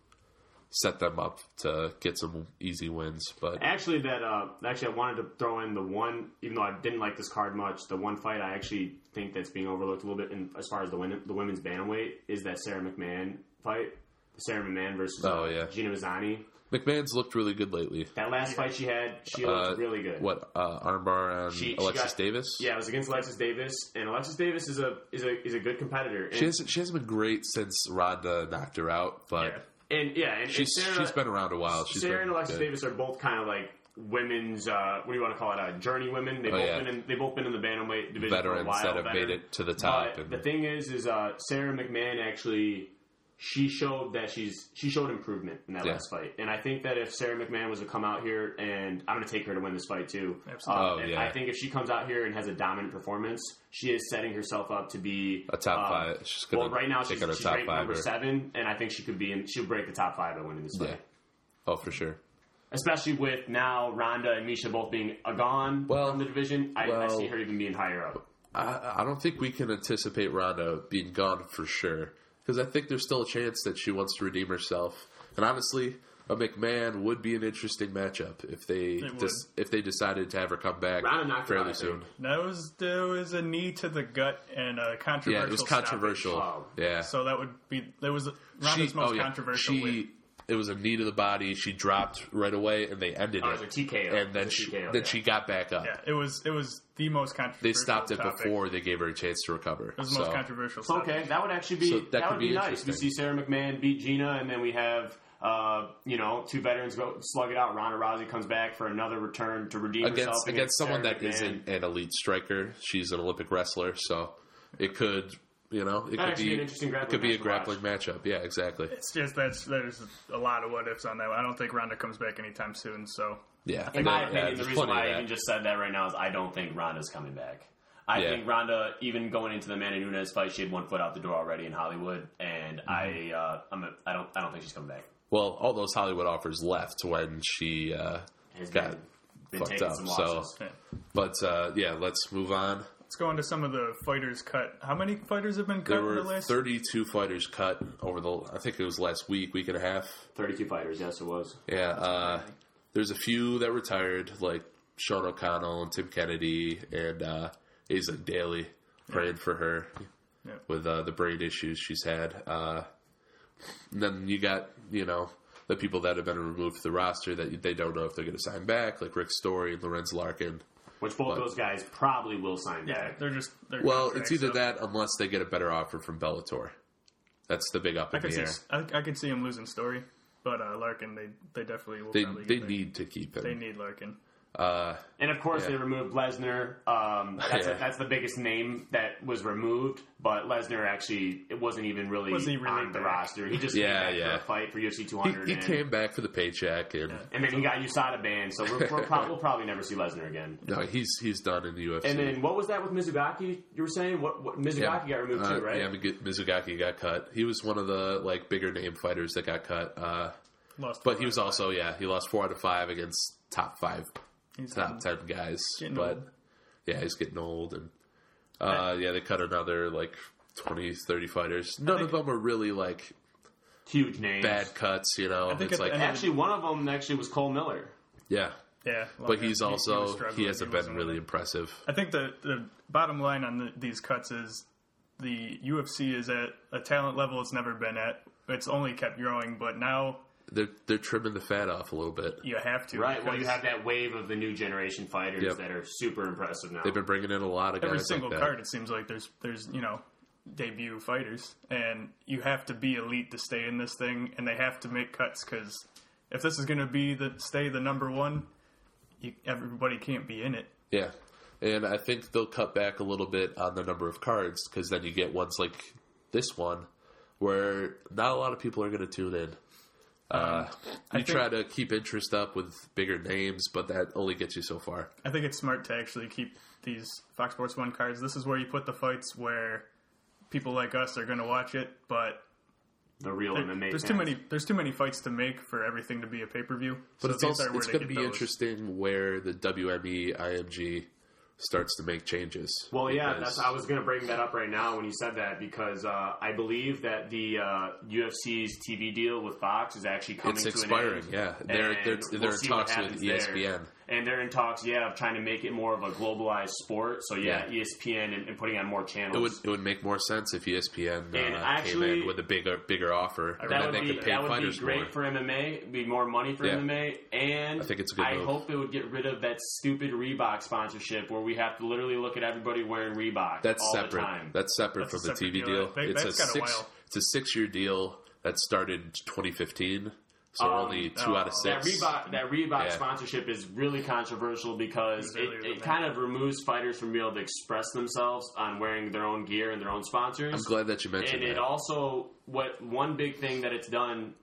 [SPEAKER 2] set them up to get some easy wins. But
[SPEAKER 3] Actually, that uh, actually I wanted to throw in the one, even though I didn't like this card much. The one fight I actually think that's being overlooked a little bit, in, as far as the win, the women's bantamweight, is that Sarah McMahon fight. Sarah McMahon versus uh,
[SPEAKER 2] Oh, yeah.
[SPEAKER 3] Gina Mazzani.
[SPEAKER 2] McMahon's looked really good lately.
[SPEAKER 3] That last fight she had, she looked really good.
[SPEAKER 2] What uh, armbar on
[SPEAKER 3] She- she
[SPEAKER 2] Alexis
[SPEAKER 3] got-
[SPEAKER 2] Davis?
[SPEAKER 3] Yeah, it was against Alexis Davis, and Alexis Davis is a is a is a good competitor. And,
[SPEAKER 2] She hasn't, she hasn't been great since Rodda knocked her out, but
[SPEAKER 1] Yeah.
[SPEAKER 3] and yeah, and, and
[SPEAKER 2] she's
[SPEAKER 3] Sarah,
[SPEAKER 2] she's been around a while. She's
[SPEAKER 3] Sarah
[SPEAKER 2] been
[SPEAKER 3] and Alexis
[SPEAKER 2] good.
[SPEAKER 3] Davis are both kind of like women's uh, what do you want to call it? Uh, journey women. They've both
[SPEAKER 2] Oh, yeah.
[SPEAKER 3] been in, they've both been in the bantamweight division for a
[SPEAKER 2] veterans
[SPEAKER 3] while.
[SPEAKER 2] that have made
[SPEAKER 3] veteran.
[SPEAKER 2] it to the top.
[SPEAKER 3] But
[SPEAKER 2] And
[SPEAKER 3] the thing is, is uh, Sarah McMahon actually she showed that she's she showed improvement in that
[SPEAKER 2] Yeah.
[SPEAKER 3] last fight, and I think that if Sarah McMahon was to come out here and I'm going to take her to win this fight too. Um,
[SPEAKER 1] Absolutely.
[SPEAKER 2] Oh,
[SPEAKER 3] and
[SPEAKER 2] yeah.
[SPEAKER 3] I think if she comes out here and has a dominant performance, she is setting herself up to be
[SPEAKER 2] a top
[SPEAKER 3] um,
[SPEAKER 2] five. She's gonna
[SPEAKER 3] Well, right now
[SPEAKER 2] take
[SPEAKER 3] she's,
[SPEAKER 2] out a
[SPEAKER 3] she's
[SPEAKER 2] top
[SPEAKER 3] ranked
[SPEAKER 2] five.
[SPEAKER 3] number
[SPEAKER 2] Or,
[SPEAKER 3] seven, and I think she could be in. She'll break the top five by winning this
[SPEAKER 2] yeah.
[SPEAKER 3] fight.
[SPEAKER 2] Oh, for sure.
[SPEAKER 3] Especially with now Ronda and Misha both being gone
[SPEAKER 2] Well,
[SPEAKER 3] from the division, I, I
[SPEAKER 2] well-
[SPEAKER 3] see her even being higher up.
[SPEAKER 2] I, I don't think we can anticipate Ronda being gone for sure because I think there's still a chance that she wants to redeem herself. And honestly, a McMahon would be an interesting matchup if they
[SPEAKER 1] It
[SPEAKER 2] dis- if they decided to have her come back
[SPEAKER 3] Ronda knocked her out,
[SPEAKER 2] fairly
[SPEAKER 3] I
[SPEAKER 2] soon.
[SPEAKER 3] think.
[SPEAKER 1] That was there was a knee to the gut and a controversial.
[SPEAKER 2] Yeah, it was
[SPEAKER 1] stoppage.
[SPEAKER 2] controversial.
[SPEAKER 3] Wow.
[SPEAKER 2] Yeah.
[SPEAKER 1] So that would be that was Ronda's most
[SPEAKER 2] oh, yeah.
[SPEAKER 1] controversial
[SPEAKER 2] She-
[SPEAKER 1] win.
[SPEAKER 2] It was a knee to the body. She dropped right away, and they ended
[SPEAKER 3] Oh, it
[SPEAKER 2] it.
[SPEAKER 3] was a TKO.
[SPEAKER 2] and
[SPEAKER 3] It
[SPEAKER 2] then
[SPEAKER 3] was a
[SPEAKER 2] she
[SPEAKER 3] TKO,
[SPEAKER 2] then
[SPEAKER 3] yeah.
[SPEAKER 2] she got back up.
[SPEAKER 1] Yeah, it was it was the most controversial.
[SPEAKER 2] They stopped it
[SPEAKER 1] topic.
[SPEAKER 2] before they gave her a chance to recover.
[SPEAKER 1] It was the
[SPEAKER 2] so
[SPEAKER 1] most controversial.
[SPEAKER 3] It's okay. That would actually be
[SPEAKER 2] So
[SPEAKER 3] that,
[SPEAKER 2] that could
[SPEAKER 3] would be,
[SPEAKER 2] be
[SPEAKER 3] nice. We
[SPEAKER 2] interesting.
[SPEAKER 3] see Sarah McMahon beat Gina, and then we have uh, you know two veterans go slug it out. Ronda Rousey comes back for another return to redeem herself
[SPEAKER 2] against against someone
[SPEAKER 3] Sarah
[SPEAKER 2] that
[SPEAKER 3] McMahon.
[SPEAKER 2] not an elite striker. She's an Olympic wrestler, so it could you know it could
[SPEAKER 3] actually
[SPEAKER 2] be
[SPEAKER 3] be an interesting
[SPEAKER 2] it
[SPEAKER 3] grappling
[SPEAKER 2] could be
[SPEAKER 3] match
[SPEAKER 2] a
[SPEAKER 3] to
[SPEAKER 2] grappling matchup. Yeah, exactly.
[SPEAKER 1] It's just that's there's a lot of what ifs on that. one. I don't think Ronda comes back anytime soon. So
[SPEAKER 2] Yeah,
[SPEAKER 3] In my
[SPEAKER 2] yeah,
[SPEAKER 3] opinion, the
[SPEAKER 2] there's
[SPEAKER 3] reason
[SPEAKER 2] plenty of
[SPEAKER 3] why I
[SPEAKER 2] that.
[SPEAKER 3] even just said that right now is I don't think Ronda's coming back. I
[SPEAKER 2] Yeah.
[SPEAKER 3] think Ronda, even going into the Amanda Nunes fight, she had one foot out the door already in Hollywood, and
[SPEAKER 2] Mm-hmm.
[SPEAKER 3] I, uh, I'm a, I don't, I don't think she's coming back.
[SPEAKER 2] well, all those Hollywood offers left when she uh,
[SPEAKER 3] Has
[SPEAKER 2] got.
[SPEAKER 3] been
[SPEAKER 2] fucked
[SPEAKER 3] taking
[SPEAKER 2] up,
[SPEAKER 3] some
[SPEAKER 2] so-
[SPEAKER 3] losses.
[SPEAKER 1] yeah.
[SPEAKER 2] But uh, yeah, let's move on.
[SPEAKER 1] let's go on to some of the fighters cut. How many fighters have been cut
[SPEAKER 2] There
[SPEAKER 1] in the
[SPEAKER 2] were
[SPEAKER 1] last
[SPEAKER 2] 32 fighters cut over the. I think it was last week, week and a half.
[SPEAKER 3] Thirty-two fighters, yes, it was.
[SPEAKER 2] Yeah, uh, there's a few that retired, like Sean O'Connell and Tim Kennedy and uh, Aislinn Daly. Praying for her
[SPEAKER 1] Yeah.
[SPEAKER 2] with uh, the brain issues she's had. Uh, and then you got you know the people that have been removed from the roster that they don't know if they're going to sign back, like Rick Story and Lorenz Larkin.
[SPEAKER 3] Which both
[SPEAKER 2] But-
[SPEAKER 3] those guys probably will sign
[SPEAKER 1] Yeah,
[SPEAKER 3] back.
[SPEAKER 1] they're just. They're
[SPEAKER 2] Well,
[SPEAKER 1] contracts,
[SPEAKER 2] it's either
[SPEAKER 1] so
[SPEAKER 2] that unless they get a better offer from Bellator. That's the big up
[SPEAKER 1] I
[SPEAKER 2] in
[SPEAKER 1] could
[SPEAKER 2] the
[SPEAKER 1] see.
[SPEAKER 2] air.
[SPEAKER 1] I, I could see him losing Story, but uh, Larkin, they they definitely will.
[SPEAKER 2] They
[SPEAKER 1] probably get
[SPEAKER 2] they
[SPEAKER 1] there.
[SPEAKER 2] need to keep
[SPEAKER 1] they
[SPEAKER 2] him.
[SPEAKER 1] need Larkin.
[SPEAKER 2] Uh,
[SPEAKER 3] And of course,
[SPEAKER 2] Yeah.
[SPEAKER 3] they removed Lesnar. Um, that's,
[SPEAKER 2] Yeah.
[SPEAKER 3] that's the biggest name that was removed. But Lesnar actually it wasn't even really,
[SPEAKER 1] Was he really
[SPEAKER 3] on the
[SPEAKER 1] back?
[SPEAKER 3] roster. He just
[SPEAKER 2] Yeah,
[SPEAKER 3] came back
[SPEAKER 2] yeah.
[SPEAKER 3] for a fight for UFC
[SPEAKER 2] he,
[SPEAKER 3] 200.
[SPEAKER 2] he
[SPEAKER 3] and,
[SPEAKER 2] came back for the paycheck, and
[SPEAKER 3] and then he got USADA banned. So we're, we're prob- we'll probably never see Lesnar again.
[SPEAKER 2] no, he's he's done in the UFC.
[SPEAKER 3] And then what was that with Mizugaki? You were saying what, what Mizugaki got removed
[SPEAKER 2] uh,
[SPEAKER 3] too, right?
[SPEAKER 2] Yeah, Migu- Mizugaki got cut. He was one of the like bigger name fighters that got cut. Uh,
[SPEAKER 1] Lost,
[SPEAKER 2] but he was also yeah, he lost four out of five against top five,
[SPEAKER 1] He's
[SPEAKER 2] top ten guys.
[SPEAKER 1] Getting
[SPEAKER 2] but
[SPEAKER 1] old.
[SPEAKER 2] yeah, he's getting old, and uh, yeah, they cut another like 20, 30 fighters. None
[SPEAKER 1] think-
[SPEAKER 2] of them are really like
[SPEAKER 3] Huge names.
[SPEAKER 2] bad cuts, you know.
[SPEAKER 1] think
[SPEAKER 2] It's
[SPEAKER 1] at the
[SPEAKER 2] like
[SPEAKER 1] end-
[SPEAKER 3] Actually, one of them actually was Cole Miller.
[SPEAKER 2] yeah,
[SPEAKER 1] Yeah,
[SPEAKER 2] but
[SPEAKER 1] Larkin,
[SPEAKER 2] he's
[SPEAKER 1] he- he was
[SPEAKER 2] also he,
[SPEAKER 1] struggling, wasn't
[SPEAKER 2] hasn't been
[SPEAKER 1] with
[SPEAKER 2] really
[SPEAKER 1] it.
[SPEAKER 2] impressive.
[SPEAKER 1] I think the the bottom line on the, these cuts is the UFC is at a talent level it's never been at. It's only kept growing, but now
[SPEAKER 2] They're they're trimming the fat off a little bit.
[SPEAKER 1] you have to.
[SPEAKER 3] Right. Well, you
[SPEAKER 1] because
[SPEAKER 3] have that wave of the new generation fighters
[SPEAKER 2] Yep.
[SPEAKER 3] that are super impressive now.
[SPEAKER 2] They've been bringing in a lot of
[SPEAKER 1] every
[SPEAKER 2] guys
[SPEAKER 1] single
[SPEAKER 2] like that.
[SPEAKER 1] card. It seems like there's there's you know debut fighters, and you have to be elite to stay in this thing, and they have to make cuts because if this is going to be the stay the number one, you, everybody can't be in it.
[SPEAKER 2] Yeah, and I think they'll cut back a little bit on the number of cards because then you get ones like this one where not a lot of people are going to tune in. Uh, you
[SPEAKER 3] Um,
[SPEAKER 1] think-
[SPEAKER 2] try to keep interest up with bigger names, but that only gets you so far.
[SPEAKER 1] I think it's smart to actually keep these Fox Sports One cards. This is where you put the fights where people like us are going to watch it, but
[SPEAKER 3] the real MMA.
[SPEAKER 1] there's too
[SPEAKER 3] fans.
[SPEAKER 1] many there's too many fights to make for everything to be a pay per view.
[SPEAKER 2] But it's also it's going to be interesting where the E, WME IMG starts to make changes.
[SPEAKER 3] Well, yeah,
[SPEAKER 2] because-
[SPEAKER 3] that's, I was going to bring that up right now when you said that because uh, I believe that the uh, UFC's TV deal with Fox is actually coming
[SPEAKER 2] It's
[SPEAKER 3] to
[SPEAKER 2] expiring,
[SPEAKER 3] an end.
[SPEAKER 2] yeah. They're-
[SPEAKER 3] And
[SPEAKER 2] they're-
[SPEAKER 3] we'll
[SPEAKER 2] they're in
[SPEAKER 3] see what
[SPEAKER 2] talks with E
[SPEAKER 3] happens there.
[SPEAKER 2] ESPN.
[SPEAKER 3] And they're in talks, yeah, of trying to make it more of a globalized sport. So, yeah, E ESPN and, and putting on more channels.
[SPEAKER 2] It would it would make more sense if ESPN uh, came
[SPEAKER 3] And actually-
[SPEAKER 2] in with a bigger bigger offer, and then
[SPEAKER 3] that would
[SPEAKER 2] they
[SPEAKER 3] be
[SPEAKER 2] could pay
[SPEAKER 3] that would be
[SPEAKER 2] fighters
[SPEAKER 3] great
[SPEAKER 2] more.
[SPEAKER 3] for MMA. It'd Be more money for
[SPEAKER 2] Yeah.
[SPEAKER 3] MMA, and
[SPEAKER 2] I think it's a good
[SPEAKER 3] I
[SPEAKER 2] move.
[SPEAKER 3] hope it would get rid of that stupid Reebok sponsorship where we have to literally look at everybody wearing Reebok.
[SPEAKER 2] That's
[SPEAKER 3] all The
[SPEAKER 2] separate.
[SPEAKER 3] time.
[SPEAKER 2] That's separate
[SPEAKER 1] That's a
[SPEAKER 2] from the
[SPEAKER 1] separate
[SPEAKER 2] TV
[SPEAKER 1] deal.
[SPEAKER 2] deal.
[SPEAKER 1] That-
[SPEAKER 2] it's a
[SPEAKER 1] that's got a
[SPEAKER 2] six.
[SPEAKER 1] while.
[SPEAKER 2] It's a six-year deal that started 2015. So we're
[SPEAKER 3] Um,
[SPEAKER 2] only two
[SPEAKER 1] oh,
[SPEAKER 2] out of
[SPEAKER 3] that
[SPEAKER 2] six.
[SPEAKER 3] Reebok, that Reebok
[SPEAKER 2] Yeah.
[SPEAKER 3] sponsorship is really controversial because
[SPEAKER 1] It's
[SPEAKER 3] it,
[SPEAKER 1] earlier than
[SPEAKER 3] it
[SPEAKER 1] that.
[SPEAKER 3] kind of removes fighters from being able to express themselves on wearing their own gear and their own sponsors.
[SPEAKER 2] I'm glad that you mentioned
[SPEAKER 3] and it
[SPEAKER 2] that.
[SPEAKER 3] also what one big thing that it's done,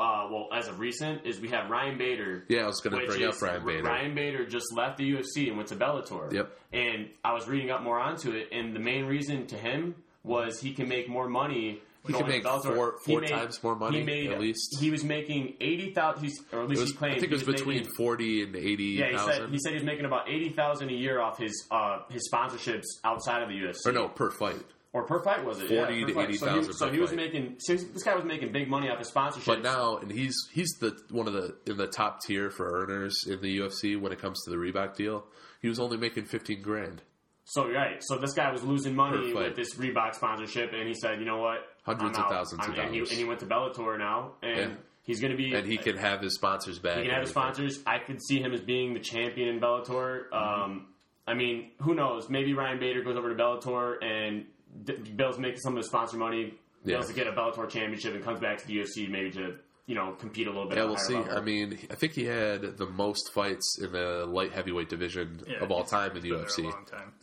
[SPEAKER 3] uh, well, as of recent, is we have Ryan Bader
[SPEAKER 2] yeah, I was going to
[SPEAKER 3] which
[SPEAKER 2] bring
[SPEAKER 3] is
[SPEAKER 2] up Ryan Bader.
[SPEAKER 3] Ryan Bader just left the UFC and went to Bellator.
[SPEAKER 2] Yep.
[SPEAKER 3] And I was reading up more onto it, and the main reason to him was he can make more money. He
[SPEAKER 2] can make four- four times more money,
[SPEAKER 3] He made
[SPEAKER 2] at least.
[SPEAKER 3] He was making eighty thousand. Or at
[SPEAKER 2] It
[SPEAKER 3] least
[SPEAKER 2] was-
[SPEAKER 3] he claimed
[SPEAKER 2] I think
[SPEAKER 3] he
[SPEAKER 2] it was between
[SPEAKER 3] making-
[SPEAKER 2] 40 and 80
[SPEAKER 3] yeah, he said he said he was making about eighty thousand a year off his uh, his sponsorships outside of the UFC.
[SPEAKER 2] or no per fight.
[SPEAKER 3] Or per fight was it? Yeah,
[SPEAKER 2] 40
[SPEAKER 3] per
[SPEAKER 2] to
[SPEAKER 3] fight.
[SPEAKER 2] 80,000
[SPEAKER 3] So,
[SPEAKER 2] per
[SPEAKER 3] he, so he was
[SPEAKER 2] fight.
[SPEAKER 3] making. So this guy was making big money off his sponsorships.
[SPEAKER 2] But now, and he's he's the one of the in the top tier for earners in the UFC when it comes to the Reebok deal. He was only making 15 grand,
[SPEAKER 3] So you're right. So this guy was losing money
[SPEAKER 2] Per fight.
[SPEAKER 3] with this Reebok sponsorship, and he said, "You know what?
[SPEAKER 2] Hundreds
[SPEAKER 3] I'm
[SPEAKER 2] of
[SPEAKER 3] out.
[SPEAKER 2] thousands of
[SPEAKER 3] I'm- And he,
[SPEAKER 2] dollars.
[SPEAKER 3] and he went to Bellator now, and
[SPEAKER 2] Yeah.
[SPEAKER 3] he's going to be.
[SPEAKER 2] and he can have his sponsors back.
[SPEAKER 3] he can have his sponsors. I could see him as being the champion in Bellator.
[SPEAKER 2] Mm-hmm.
[SPEAKER 3] Um, I mean, who knows? Maybe Ryan Bader goes over to Bellator and D- Bill's making some of the sponsor money.
[SPEAKER 2] Yeah.
[SPEAKER 3] Bill's to get a Bellator championship and comes back to the UFC maybe to you know compete a little bit.
[SPEAKER 2] Yeah,
[SPEAKER 3] at a
[SPEAKER 2] we'll
[SPEAKER 3] higher
[SPEAKER 2] see.
[SPEAKER 3] level.
[SPEAKER 2] I mean, I think he had the most fights in the light heavyweight division of all time in the UFC.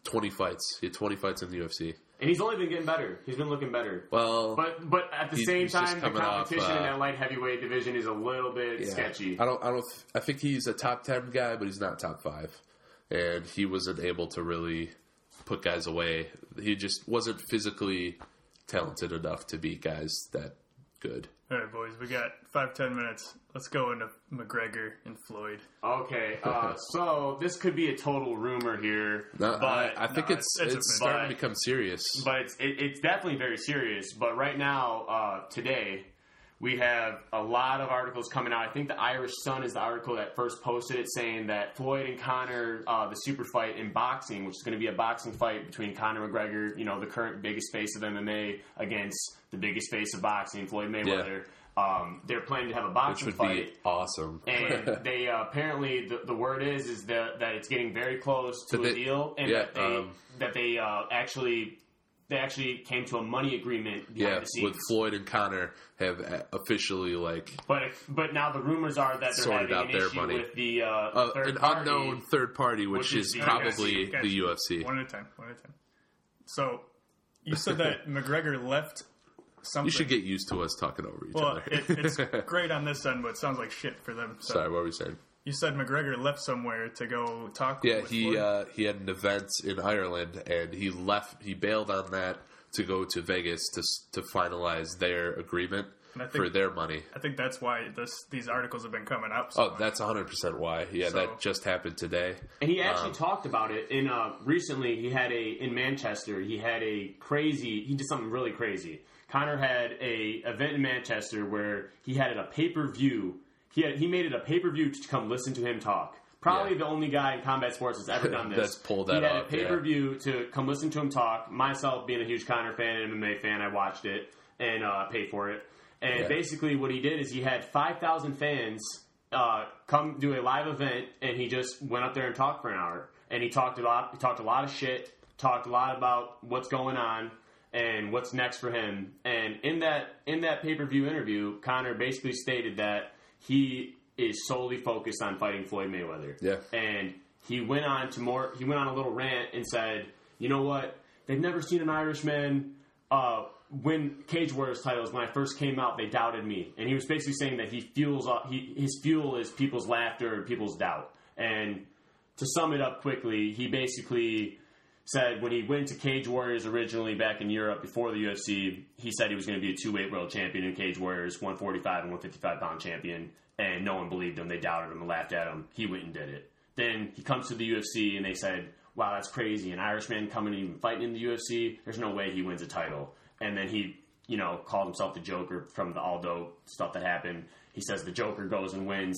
[SPEAKER 2] Twenty fights. He had twenty fights in the UFC.
[SPEAKER 3] and he's only been getting better. He's been looking better.
[SPEAKER 2] Well,
[SPEAKER 3] But but at the
[SPEAKER 2] He's-
[SPEAKER 3] same
[SPEAKER 2] he's just
[SPEAKER 3] time, the
[SPEAKER 2] coming off,
[SPEAKER 3] competition in
[SPEAKER 2] uh,
[SPEAKER 3] that light heavyweight division is a little bit
[SPEAKER 2] yeah.
[SPEAKER 3] sketchy.
[SPEAKER 2] I don't. I don't. th- I think he's a top ten guy, but he's not top five. And he wasn't able to really put guys away. He just wasn't physically talented enough to beat guys that good.
[SPEAKER 1] All right, boys, we got five ten minutes. Let's go into McGregor and Floyd.
[SPEAKER 3] Okay, uh, so this could be a total rumor here,
[SPEAKER 2] No,
[SPEAKER 3] but
[SPEAKER 2] I, I think
[SPEAKER 1] no,
[SPEAKER 2] it's
[SPEAKER 1] it's-
[SPEAKER 2] it's,
[SPEAKER 1] it's a-
[SPEAKER 2] starting to
[SPEAKER 3] but-
[SPEAKER 2] become serious.
[SPEAKER 3] but it's it, it's definitely very serious. But right now, uh, today, We have a lot of articles coming out. I think the Irish Sun is the article that first posted it, saying that Floyd and Connor, uh, the super fight in boxing, which is going to be a boxing fight between Connor McGregor, you know, the current biggest face of MMA, against the biggest face of boxing, Floyd Mayweather. Um, they're planning to have a
[SPEAKER 2] which
[SPEAKER 3] boxing
[SPEAKER 2] would
[SPEAKER 3] fight
[SPEAKER 2] be awesome.
[SPEAKER 3] and they uh, apparently the, the word is is that that it's getting very close to
[SPEAKER 2] That
[SPEAKER 3] a
[SPEAKER 2] they-
[SPEAKER 3] deal, and
[SPEAKER 2] yeah,
[SPEAKER 3] that they
[SPEAKER 2] um,
[SPEAKER 3] that they uh, actually they actually came to a money agreement behind
[SPEAKER 2] yeah,
[SPEAKER 3] the scenes.
[SPEAKER 2] with Floyd and Connor have uh, officially like
[SPEAKER 3] but but now the rumors are that they're
[SPEAKER 2] Sorted
[SPEAKER 3] having
[SPEAKER 2] out
[SPEAKER 3] an
[SPEAKER 2] their
[SPEAKER 3] issue
[SPEAKER 2] money.
[SPEAKER 3] with the uh,
[SPEAKER 2] uh,
[SPEAKER 3] third
[SPEAKER 2] an
[SPEAKER 3] party.
[SPEAKER 2] unknown third party, which,
[SPEAKER 3] Which is
[SPEAKER 2] is
[SPEAKER 3] the
[SPEAKER 2] probably
[SPEAKER 1] UFC.
[SPEAKER 2] the UFC.
[SPEAKER 1] One at a time. One at a time. So you said that McGregor left something.
[SPEAKER 2] You should get used to us talking over each
[SPEAKER 1] Well,
[SPEAKER 2] other.
[SPEAKER 1] it, it's great on this end, but it sounds like shit for them. So
[SPEAKER 2] Sorry, what were we saying?
[SPEAKER 1] you said McGregor left somewhere to go talk.
[SPEAKER 2] Yeah,
[SPEAKER 1] with
[SPEAKER 2] he
[SPEAKER 1] Floyd.
[SPEAKER 2] uh, he had an event in Ireland, and he left. He bailed on that to go to Vegas to s- to finalize their agreement
[SPEAKER 1] And I think-
[SPEAKER 2] for their money.
[SPEAKER 1] I think that's why this these articles have been coming up. So
[SPEAKER 2] Oh, that's 100% why. Yeah,
[SPEAKER 1] So-
[SPEAKER 2] that just happened today.
[SPEAKER 3] And he actually talked about it in uh, recently. He had a in Manchester. He had a crazy. He did something really crazy. Connor had a event in Manchester where he had it a pay per view. He had, he made it a pay per view to come listen to him talk. Probably
[SPEAKER 2] Yeah.
[SPEAKER 3] the only guy in combat sports that's ever done this.
[SPEAKER 2] That's pulled that
[SPEAKER 3] He had
[SPEAKER 2] off,
[SPEAKER 3] a
[SPEAKER 2] yeah.
[SPEAKER 3] pay per view to come listen to him talk. Myself being a huge Connor fan and MMA fan, I watched it and uh, paid for it. And
[SPEAKER 2] Yeah.
[SPEAKER 3] basically, what he did is he had five thousand fans uh, come do a live event, and he just went up there and talked for an hour. And he talked a lot. He talked a lot of shit. Talked a lot about what's going on and what's next for him. And in that in that pay per view interview, Connor basically stated that he is solely focused on fighting Floyd Mayweather
[SPEAKER 2] Yeah.
[SPEAKER 3] and he went on to more. He went on a little rant and said, "You know what? They've never seen an Irishman uh, win Cage Warriors titles. When I first came out, they doubted me." And he was basically saying that he fuels up. He, his fuel is people's laughter and people's doubt. And to sum it up quickly, he basically said when he went to Cage Warriors originally back in Europe before the UFC, he said he was going to be a two weight world champion in Cage Warriors, 145 and 155 pound champion, and no one believed him. They doubted him and laughed at him. He went and did it. Then he comes to the UFC and they said, wow, that's crazy. An Irishman coming and even fighting in the UFC, there's no way he wins a title. And then he, you know, called himself the Joker from the Aldo stuff that happened. He says the Joker goes and wins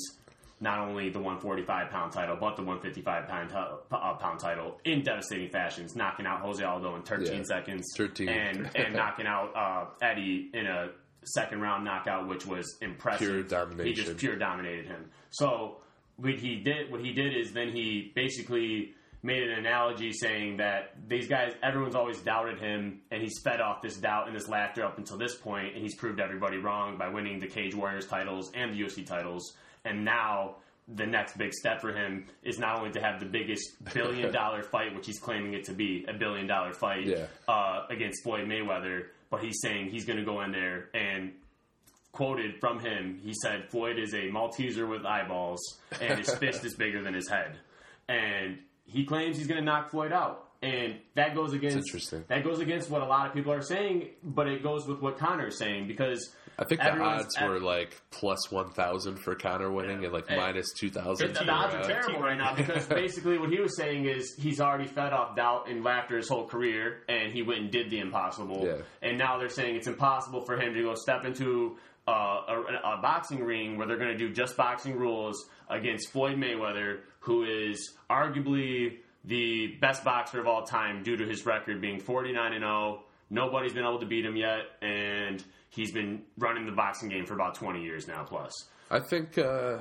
[SPEAKER 3] not only the 145 pound title, but the 155 pound, ti- uh, pound title in devastating fashions, knocking out Jose Aldo in 13
[SPEAKER 2] Yeah.
[SPEAKER 3] seconds,
[SPEAKER 2] 13.
[SPEAKER 3] and and knocking out uh, Eddie in a second round knockout, which was impressive.
[SPEAKER 2] Pure
[SPEAKER 3] He
[SPEAKER 2] domination.
[SPEAKER 3] just pure dominated him. So what he did, what he did is then he basically made an analogy saying that these guys, everyone's always doubted him, and he's fed off this doubt and this laughter up until this point, and he's proved everybody wrong by winning the Cage Warriors titles and the UFC titles, and now. The next big step for him is not only to have the biggest billion dollar fight, which he's claiming it to be a billion dollar fight
[SPEAKER 2] Yeah.
[SPEAKER 3] uh, against Floyd Mayweather, but he's saying he's going to go in there and quoted from him, he said, Floyd is a Malteser with eyeballs, and his fist is bigger than his head. And he claims he's going to knock Floyd out. And that goes against
[SPEAKER 2] interesting.
[SPEAKER 3] that goes against what a lot of people are saying, but it goes with what Connor is saying because
[SPEAKER 2] I think the
[SPEAKER 3] everyone's-
[SPEAKER 2] odds were like plus 1,000 for Connor winning and like
[SPEAKER 3] and-
[SPEAKER 2] minus 2,000.
[SPEAKER 3] It's the
[SPEAKER 2] for,
[SPEAKER 3] odds are
[SPEAKER 2] uh,
[SPEAKER 3] terrible right now because basically what he was saying is he's already fed off doubt and laughter his whole career, and he went and did the impossible.
[SPEAKER 2] Yeah.
[SPEAKER 3] And now they're saying it's impossible for him to go step into uh, a, a boxing ring where they're going to do just boxing rules against Floyd Mayweather, who is arguably the best boxer of all time due to his record being 49 and 0. Nobody's been able to beat him yet, and he's been running the boxing game for about 20 years now plus.
[SPEAKER 2] I think uh,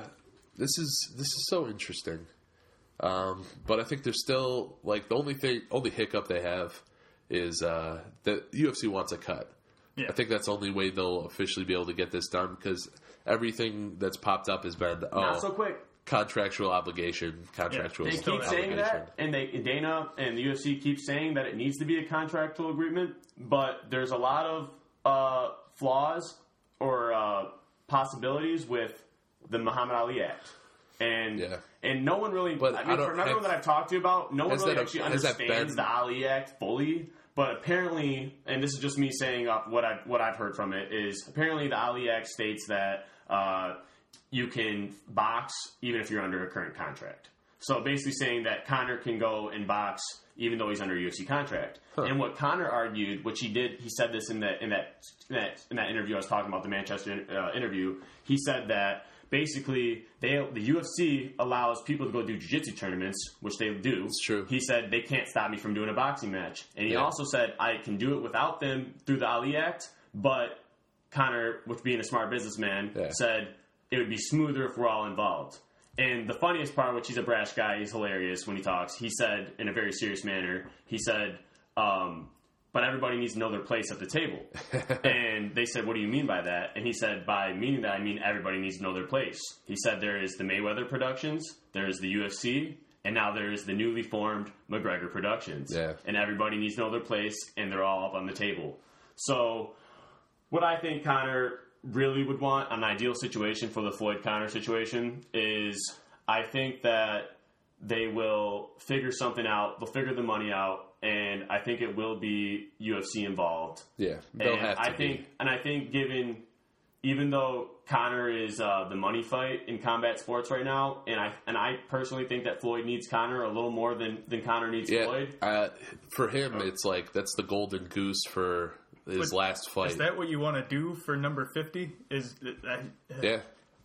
[SPEAKER 2] this is this is so interesting, um, but I think there's still like the only thing, only hiccup they have is uh, that UFC wants a cut.
[SPEAKER 1] Yeah.
[SPEAKER 2] I think that's the only way they'll officially be able to get this done because everything that's popped up has been oh
[SPEAKER 3] Not so quick.
[SPEAKER 2] contractual obligation, contractual.
[SPEAKER 3] They
[SPEAKER 1] Still
[SPEAKER 3] keep
[SPEAKER 1] an
[SPEAKER 3] saying
[SPEAKER 2] obligation.
[SPEAKER 3] that, and they Dana and the UFC keep saying that it needs to be a contractual agreement, but there's a lot of uh, flaws or uh, possibilities with the Muhammad Ali Act, and
[SPEAKER 2] Yeah.
[SPEAKER 3] and no one really.
[SPEAKER 2] But
[SPEAKER 3] I
[SPEAKER 2] I
[SPEAKER 3] mean,
[SPEAKER 2] don't-
[SPEAKER 3] from everyone
[SPEAKER 2] have-
[SPEAKER 3] that I've talked to about, no one
[SPEAKER 2] has
[SPEAKER 3] really
[SPEAKER 2] that-
[SPEAKER 3] actually
[SPEAKER 2] has that been-
[SPEAKER 3] understands the Ali Act fully. But apparently, and this is just me saying off what I what I've heard from it is apparently the Ali Act states that. Uh, you can box even if you're under a current contract. So basically saying that Connor can go and box even though he's under a UFC contract. And what Connor argued, which he did, he said this in that in that in that, in that interview I was talking about the Manchester uh, interview. He said that basically they the UFC allows people to go do jiu-jitsu tournaments, which they do. It's
[SPEAKER 2] true.
[SPEAKER 3] He said they can't stop me from doing a boxing match, and he
[SPEAKER 2] Yeah.
[SPEAKER 3] also said I can do it without them through the Ali Act, but Connor, which being a smart businessman,
[SPEAKER 2] Yeah.
[SPEAKER 3] said it would be smoother if we're all involved. And the funniest part, which he's a brash guy, he's hilarious when he talks. He said in a very serious manner, he said, um, "But everybody needs to know their place at the table." and they said, "What do you mean by that?" And he said, "By meaning that, I mean everybody needs to know their place." He said, "There is the Mayweather Productions, there is the UFC, and now there is the newly formed McGregor Productions."
[SPEAKER 2] Yeah.
[SPEAKER 3] and everybody needs to know their place, and they're all up on the table. So, what I think Connor really would want, an ideal situation for the Floyd Connor situation, is I think that they will figure something out. They'll figure the money out, and I think it will be UFC involved.
[SPEAKER 2] Yeah, they'll
[SPEAKER 3] and
[SPEAKER 2] have to
[SPEAKER 3] I
[SPEAKER 2] be.
[SPEAKER 3] think, and I think, given even though Connor is uh, the money fight in combat sports right now, and I and I personally think that Floyd needs Connor a little more than than Connor needs
[SPEAKER 2] yeah,
[SPEAKER 3] Floyd.
[SPEAKER 2] uh, for him, it's like that's the golden goose for his
[SPEAKER 1] But
[SPEAKER 2] last fight.
[SPEAKER 1] Is that what you want to do for number fifty? Is that,
[SPEAKER 2] yeah,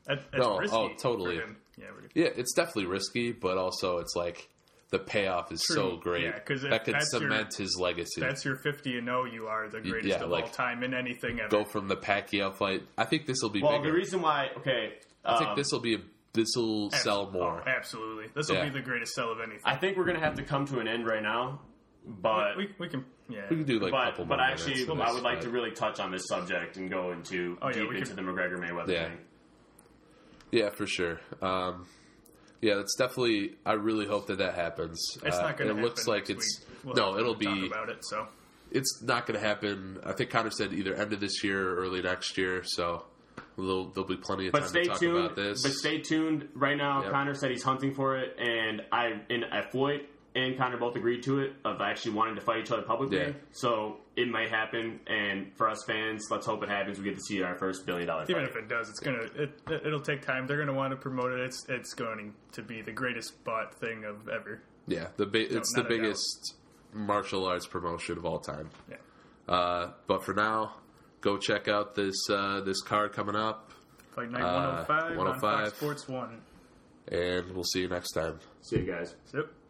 [SPEAKER 1] that- that's
[SPEAKER 2] No,
[SPEAKER 1] risky
[SPEAKER 2] oh, totally.
[SPEAKER 1] for him. Yeah, we're
[SPEAKER 2] yeah, it's definitely risky, but also it's like the payoff is so
[SPEAKER 1] True.
[SPEAKER 2] great
[SPEAKER 1] Yeah, 'cause
[SPEAKER 2] that
[SPEAKER 1] if
[SPEAKER 2] could
[SPEAKER 1] that's your-
[SPEAKER 2] cement his legacy.
[SPEAKER 1] that's your 50 and 0 you are the greatest
[SPEAKER 2] yeah,
[SPEAKER 1] of
[SPEAKER 2] like,
[SPEAKER 1] all time in anything ever
[SPEAKER 2] Go from the Pacquiao fight. I think this will be
[SPEAKER 3] Well,
[SPEAKER 2] bigger.
[SPEAKER 3] the reason why, okay,
[SPEAKER 2] I think
[SPEAKER 3] um,
[SPEAKER 2] this will be this will
[SPEAKER 1] Abs-
[SPEAKER 2] sell more.
[SPEAKER 1] oh, absolutely this will
[SPEAKER 2] Yeah.
[SPEAKER 1] be the greatest sell of anything
[SPEAKER 3] I think we're gonna have to come to an end right now, but
[SPEAKER 1] we, we can yeah
[SPEAKER 2] We can do like a couple
[SPEAKER 3] but but
[SPEAKER 2] more
[SPEAKER 3] actually,
[SPEAKER 2] minutes of
[SPEAKER 3] I
[SPEAKER 2] this,
[SPEAKER 3] would like
[SPEAKER 2] but-
[SPEAKER 3] to really touch on this subject and go into
[SPEAKER 1] Oh, yeah,
[SPEAKER 3] deep
[SPEAKER 1] we
[SPEAKER 3] into
[SPEAKER 1] could-
[SPEAKER 3] the McGregor Mayweather
[SPEAKER 2] Yeah.
[SPEAKER 3] thing.
[SPEAKER 2] Yeah, for sure. Um, yeah, that's definitely. I really hope that that happens.
[SPEAKER 1] it's
[SPEAKER 2] Uh,
[SPEAKER 1] not going
[SPEAKER 2] It
[SPEAKER 1] to
[SPEAKER 2] looks like it's no. It'll be.
[SPEAKER 1] talk about it so
[SPEAKER 2] It's not going to happen. I think Connor said either end of this year or early next year. So there'll, there'll be plenty of
[SPEAKER 3] But
[SPEAKER 2] time
[SPEAKER 3] stay
[SPEAKER 2] to talk
[SPEAKER 3] tuned.
[SPEAKER 2] about this.
[SPEAKER 3] But stay tuned. Right now,
[SPEAKER 2] Yep.
[SPEAKER 3] Connor said he's hunting for it, and I and uh, Floyd and Connor both agreed to it of actually wanting to fight each other publicly.
[SPEAKER 2] Yeah.
[SPEAKER 3] So it might happen, and for us fans, let's hope it happens. We get to see our first billion dollar
[SPEAKER 1] even
[SPEAKER 3] fight.
[SPEAKER 1] if it does it's going to it, it, it'll take time they're going to want to promote it it's it's going to be the greatest bought thing of ever
[SPEAKER 2] yeah, the big. it's
[SPEAKER 1] not
[SPEAKER 2] the
[SPEAKER 1] a doubt.
[SPEAKER 2] biggest martial arts promotion of all time.
[SPEAKER 1] yeah
[SPEAKER 2] Uh, but for now, go check out this uh, this card coming up,
[SPEAKER 1] Fight Night
[SPEAKER 2] Uh,
[SPEAKER 1] 105, on
[SPEAKER 2] 105.
[SPEAKER 1] Fox Sports 1.
[SPEAKER 2] and we'll see you next time.
[SPEAKER 3] See you guys.
[SPEAKER 1] Yep.